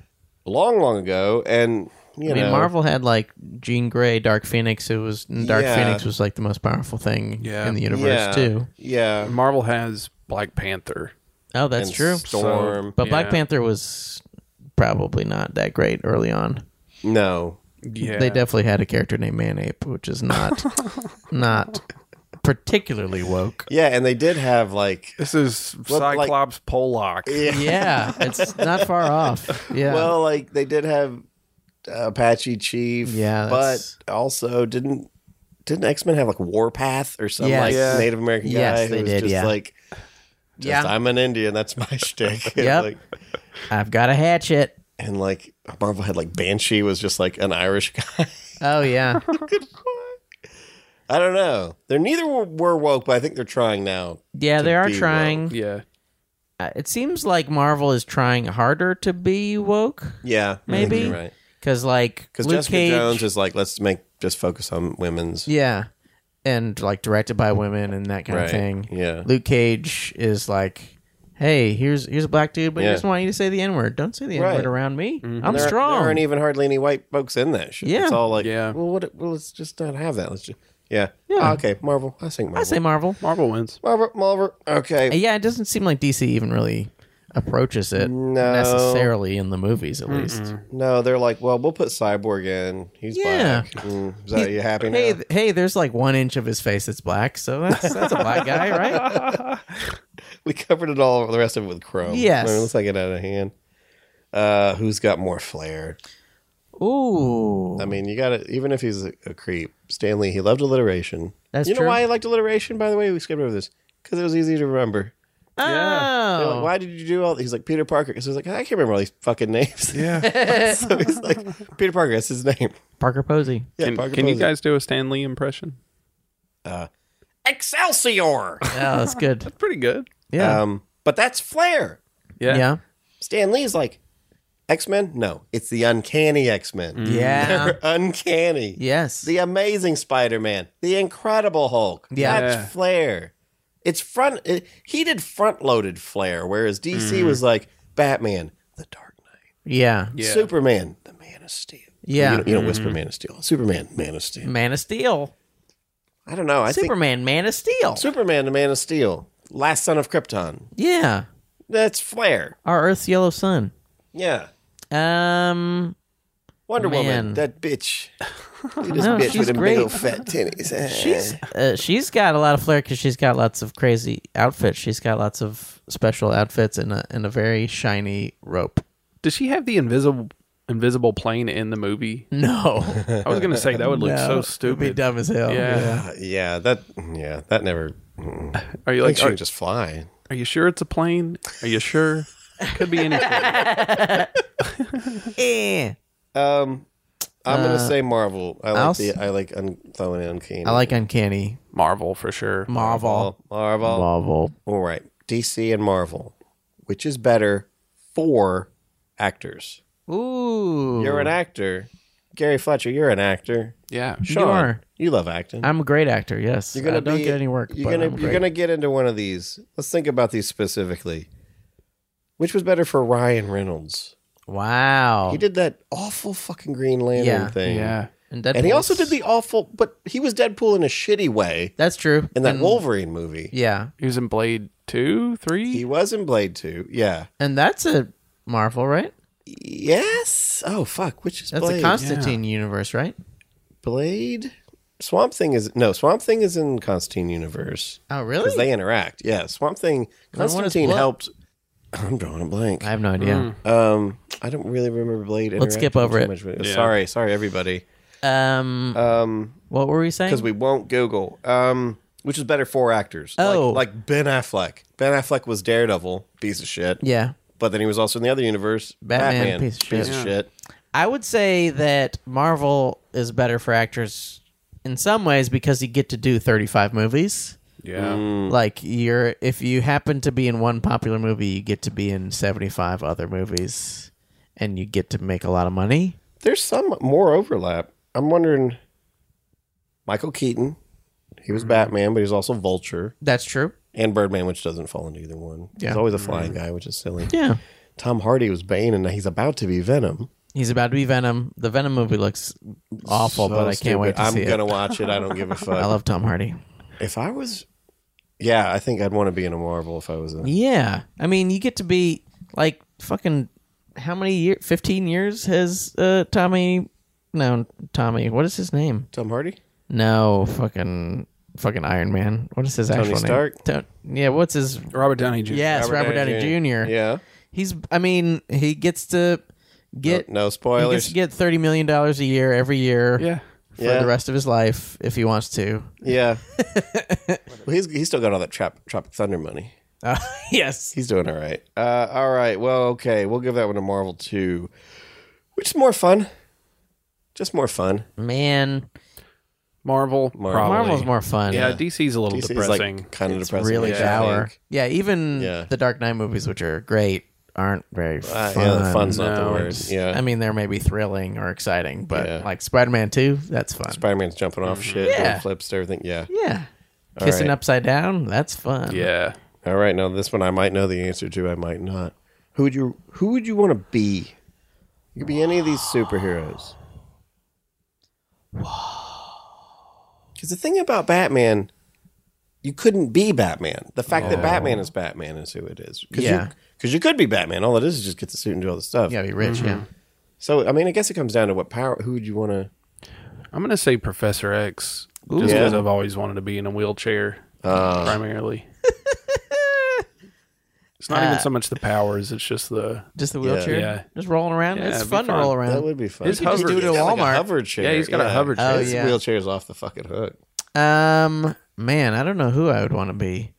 long, long ago, and you I mean, know, Marvel had like Jean Grey, Dark Phoenix. It was and Dark Yeah. Phoenix was like the most powerful thing Yeah. in the universe yeah, too. yeah, Uh, Marvel has Black Panther. Oh, that's and true. Storm, But Black Yeah. Panther was probably not that great early on. no, Yeah, They definitely had a character named Manape, which <laughs> is not not particularly woke. yeah, and they did have like. This is Well, like- Cyclops Pollock. Yeah, it's not far off. Yeah. Well, like they did have uh, Apache Chief, Yeah, that's- but also didn't didn't X Men have like Warpath or some Yes. like Yeah. Native American guy Yes, who they was did, just yeah. like, just, Yeah. I'm an Indian, that's my <laughs> shtick. And, Yep. like, I've got a hatchet. and like Marvel had like Banshee was just like an Irish <laughs> guy. Oh yeah. I don't know. They're neither were, were woke, but I think they're trying now. Yeah, To they are be woke. trying. yeah. Uh, It seems like Marvel is trying harder to be woke Yeah, I think Maybe. you're right. cuz like Because Luke Jessica Cage Jones is like, let's make just focus on women's. Yeah. And like directed by women and that kind Right. of thing. Yeah. Luke Cage is like, Hey, here's here's a black dude, but Yeah. I just want you to say the N word. Don't say the N Right. word around me. I'm And there, strong. There aren't even hardly any white folks in that shit. Yeah. It's all like, Yeah. well, what? Well, let's just not have that. Let's just, yeah. Yeah. Ah, okay, Marvel. I think Marvel. I say Marvel. Marvel wins. Marvel. Marvel. Okay. Yeah, it doesn't seem like DC even really approaches it No. necessarily in the movies, at least. No, they're like, well, we'll put Cyborg in. He's Yeah. black. Mm, is that you happy now? Hey, th- hey, there's like one inch of his face that's black, so that's that's a <laughs> black guy, right? we covered it all. The rest of Oh, it with Chrome. Yes. I mean, let's not get out of hand. Uh, who's got more flair? Ooh, I mean, you got to even if he's a, a creep. Stanley, he loved alliteration. That's you know true. why he liked alliteration? By the way, we skipped over this because it was easy to remember. They're like, oh, Why did you do all? He's like Peter Parker. Because he's like, I can't remember all these fucking names. Yeah. <laughs> so he's like Peter Parker. That's his name. <laughs> Parker Posey. Yeah, Can, Parker can you Posey. guys do a Stan Lee impression? Excelsior? Yeah, Oh, that's good. <laughs> That's pretty good. Yeah, Um, but that's Flair. Yeah. yeah, Stan Lee's like X Men. No, it's the Uncanny X Men. Hmm. Mm. yeah. <laughs> uncanny. yes, The um, Amazing Spider Man. The Incredible Hulk. Yeah. Yeah. that's Flair. It's front. It, he did front loaded Flair, whereas DC Mm-hmm. was like Batman, The Dark Knight, yeah, Yeah. Superman, The Man of Steel. yeah. You don't, you don't Mm-hmm. whisper Man of Steel. Superman, Man of Steel. Man of Steel, I don't know. I think Superman, Man of Steel. Superman, the Man of Steel, Last Son of Krypton. yeah, That's Flair. our Earth's yellow sun. Yeah. Um, Wonder Woman, Man. that bitch. You just No, bitch Oh, she's with a big great. old fat titties. <laughs> she's uh, she's got a lot of flair because she's got lots of crazy outfits. She's got lots of special outfits and a and a very shiny rope. <laughs> Does she have the invisible invisible plane in the movie? No. I was gonna say that would look <laughs> No, so It'd be stupid. dumb as hell. Yeah. Uh, yeah, that. Yeah, that never. mm. Are you I like? think she Are, would just fly. are you sure it's a plane? Are you sure? Could be anything. <laughs> Eh. Um, I'm gonna say Marvel. I like I'll the. s- I like un, throwing in Uncanny. I like Uncanny. Marvel for sure. Marvel. Marvel. Marvel. Marvel. All right, DC and Marvel, which is better for actors? Ooh. You're an actor, Gary Fletcher. You're an actor. Yeah. Sean, you, are. love acting. I'm a great actor, yes. You're gonna I don't be- get any work. You're but gonna I'm you're great. gonna get into one of these. Let's think about these specifically. Which was better for Ryan Reynolds? Wow. He did that awful fucking Green Lantern Yeah. thing. Yeah. And, And he Deadpool's- also did the awful, but he was Deadpool in a shitty way That's true. in that And- Wolverine movie. Yeah. He was in Blade two, three. He was in Blade 2. Yeah. And that's a Marvel, right? Yes. Oh, fuck. Which is That's Blade? a Constantine universe, right? Blade? Swamp Thing is. No, Swamp Thing is in Constantine Universe Oh, because really? they interact. Yeah. Swamp Thing. Then what is Constantine Blo- helped. <clears throat> I'm drawing a blank. I have no idea. Um, I don't really remember Blade. Let's skip interacting over too it. much with Yeah. Sorry, sorry, everybody. Um, Mm. Um, what were we saying? because we won't Google. Um, which is better for actors? Oh. like, like Ben Affleck. Ben Affleck was Daredevil, piece of shit. yeah. But then he was also in the other universe, Batman, piece of shit. shit. I would say that Marvel is better for actors in some ways because you get to do 35 movies. Yeah. mm. Like you're if you happen to be in one popular movie, you get to be in 75 other movies and you get to make a lot of money. There's some more overlap. I'm wondering. Michael Keaton, he Mm-hmm. was Batman, but he was also Vulture That's true. and Birdman, which doesn't fall into either one. Yeah. Mm-hmm. He's always a flying guy, which is silly. Yeah. Tom Hardy was Bane, and now he's about to be Venom. He's about to be Venom. The Venom movie looks awful, So but I can't stupid. wait to I'm see gonna it. watch it. I don't give a fuck. I love Tom Hardy. if I was, yeah, I think I'd want to be in a Marvel if I was a. Yeah. I mean, you get to be like fucking how many years 15 years has uh Tommy no, Tommy. What is his name? Tom Hardy. No, fucking fucking Iron Man. What is his actual Stark? name? Ton- yeah, what's his Robert Downey Jr. Yes, Robert, Downey Jr. Yeah. He's I mean, he gets to get no he gets spoilers. to get 30 million dollars a year every year Yeah. for Yeah. the rest of his life if he wants to. yeah. <laughs> well, he's he's still got all that trap, Tropic Thunder money. Uh, yes. He's doing all right. Uh, all right. Well, okay. We'll give that one to Marvel too, which is more fun. Just more fun. Man, Marvel. Marvel. Probably. Marvel's more fun. Yeah, DC's a little DC is depressing. like kind of depressing. really I dour. think. Yeah, even Yeah. the Dark Knight movies which are great aren't very Uh, fun. yeah, the fun's not No, the word. it's- Yeah. I mean, they're maybe thrilling or exciting, but Yeah. like Spider-Man 2, that's fun. Spider Man's jumping off shit, Yeah. doing flips, and everything. Yeah. yeah. Kissing right. upside down, that's fun. yeah. All right. Now this one I might know the answer to. I might not. Who would you Who would you want to be? You could be any of these superheroes. <sighs> Because the thing about Batman, you couldn't be Batman. The fact that Batman is Batman is who it is. Cause Yeah. Because you, could be Batman. All it is is just get the suit and do all the stuff. Yeah, be Mm-hmm. rich, yeah. So I mean, I guess it comes down to what power. Who would you want to? I'm going to say Professor X just Ooh. because Yeah. Uh. I've always wanted to be in a wheelchair <laughs> primarily. it's not even so much the powers, it's just the. Just the wheelchair. Yeah. Just rolling around. Yeah, it's it'd be fun to fun. roll around. That would be fun. His You could just hover- do it he's got at like a Walmart. hover chair. Yeah, he's got a hover Oh, chair. His yeah. wheelchair's off the fucking hook. Um, man, I don't know who I would want to be.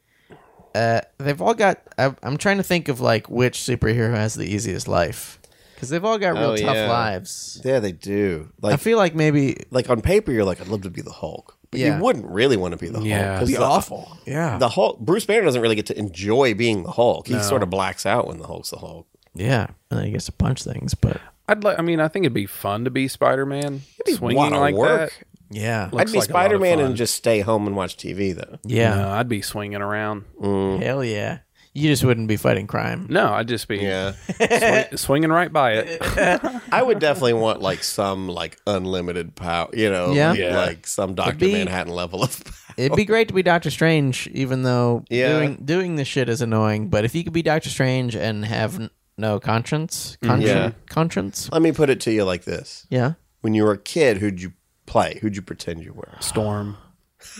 Uh, they've all got. I, I'm trying to think of like which superhero has the easiest life because they've all got real Oh, tough yeah. lives. Yeah, they do. Like I feel like maybe like on paper, you're like, I'd love to be the Hulk, but Yeah. you wouldn't really want to be the Hulk. Yeah. 'cause Be the, awful. yeah, The Hulk. Bruce Banner doesn't really get to enjoy being the Hulk. He sort of blacks out when the Hulk's the Hulk. yeah. And then he gets to punch things, but I'd like. I mean, I think it'd be fun to be Spider Man swinging Wanna like work. yeah, that. I'd Looks like be a lot of Spider Man fun. and just stay home and watch TV though. yeah, No, I'd be swinging around. hell yeah. You just wouldn't be fighting crime. No, I'd just be Yeah, swing, swinging right by it. <laughs> I would definitely want like some like unlimited power. You know, Yeah. like, Yeah. like some Doctor be- Manhattan level of. power. It'd be great to be Doctor Strange, even though Yeah. doing doing this shit is annoying. But if you could be Doctor Strange and have n- no conscience, conscience, Yeah. conscience, Let me put it to you like this: yeah. When you were a kid, who'd you play? Who'd you pretend you were? Storm.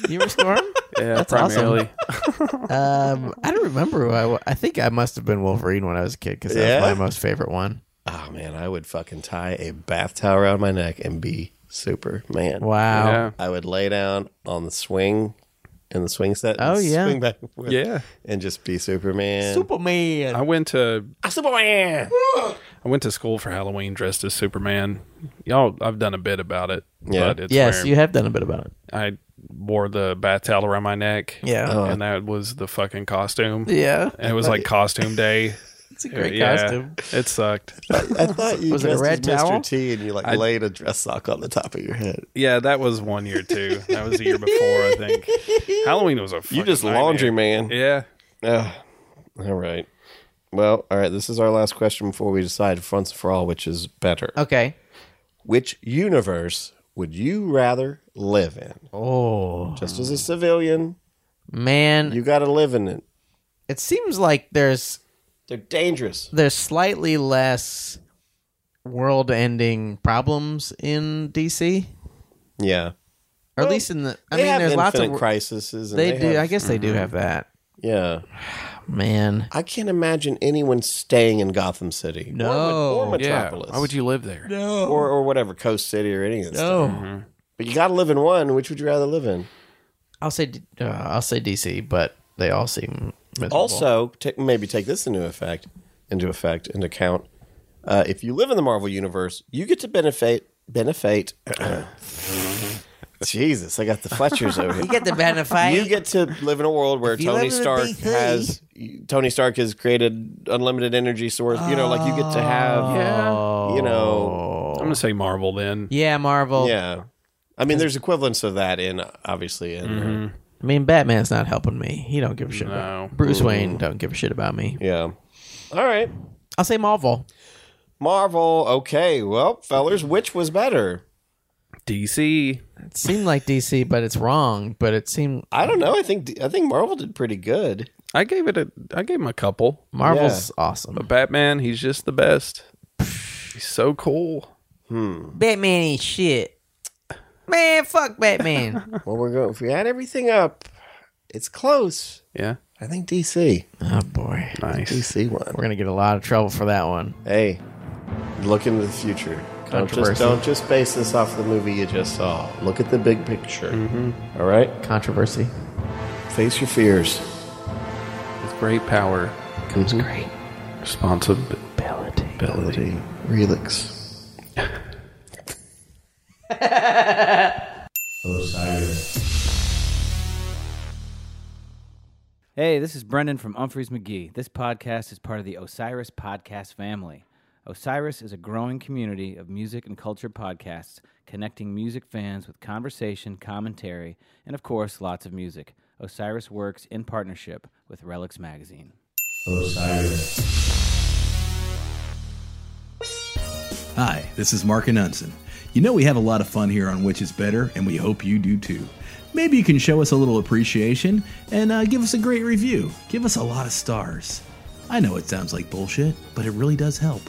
You were Storm. Yeah, That's awesome. primarily. Um, I don't remember. Who I, wa- I think I must have been Wolverine when I was a kid because that Yeah? was my most favorite one. Oh man, I would fucking tie a bath towel around my neck and be Superman. Wow. Yeah. I would lay down on the swing in the swing set. and Oh, yeah. swing back and forth Yeah. and just be Superman. Superman. I went to Ah, Superman. I went to school for Halloween dressed as Superman. Y'all, I've done a bit about it. Yeah. But it's yes, where you have done a bit about it. I wore the bath towel around my neck. Yeah. Oh. And that was the fucking costume. Yeah. And it was <laughs> like costume day. It's a great Yeah. costume. It sucked. I thought you Was it a dressed red as towel? Mr. T and you like laid a dress sock on the top of your head. Yeah, that was one year too. That was the year before, I think. Halloween was a fucking You just nightmare. laundry man. Yeah. Ugh. all right. Well, all right. This is our last question before we decide once and for all which is better. Okay. Which universe would you rather live in? Oh Just as a civilian, man, you got to live in it. it seems like there's They're dangerous. there's slightly less world-ending problems in DC, Yeah. or at least in the. I they mean, have there's lots infinite of. crises. And they, they do. have- I guess they do have that. Yeah. Man. I can't imagine anyone staying in Gotham City. No. Or, or Yeah. Metropolis. Why would you live there? Or, or whatever, Coast City or any of this No. stuff. But you got to live in one. Which would you rather live in? I'll say D- uh, I'll say DC, but they all seem miserable. Also, ta- maybe take this into effect, into effect, into account. Uh, if you live in the Marvel universe, you get to benefit benefit <coughs> Jesus, I got the Fletchers <laughs> over here. You get to benefit. You get to live in a world where If you Tony live in the Stark BC. has Tony Stark has created unlimited energy source. You know, like you get to have, Oh. you know, I'm gonna say Marvel then. Yeah, Marvel. yeah. I mean, there's equivalents of that in obviously in I mean, Batman's not helping me. He don't give a shit. No. About Bruce Wayne don't give a shit about me. Mm-hmm. yeah. All right, I'll say Marvel. Marvel. Okay, well, fellers, which was better? DC. It seemed like DC, but it's wrong. But it seemed I don't know. I think I think Marvel did pretty good. I gave it a. I gave him a couple. Marvel's awesome. Batman. He's just the best. He's so cool. Batman ain't shit. Man, fuck Batman. Well, we're going. If we add everything up, it's close. Yeah. I think DC. <laughs> oh boy, Nice. DC won. we're gonna get a lot of trouble for that one. Hey, look into the future. Don't just, Controversy. don't just base this off the movie you just saw. Look at the big picture. All right? Controversy. Mm-hmm. Face your fears. Mm-hmm. With great power comes great responsibility. Relix. Hey, this is Brendan from Humphreys McGee. This podcast is part of the Osiris Podcast family. Osiris is a growing community of music and culture podcasts connecting music fans with conversation, commentary, and of course, lots of music. Osiris works in partnership with Relics Magazine. Hi, this is Mark Anunson. You know we have a lot of fun here on Which Is Better, and we hope you do too. Maybe you can show us a little appreciation and uh, give us a great review. Give us a lot of stars. I know it sounds like bullshit, but it really does help.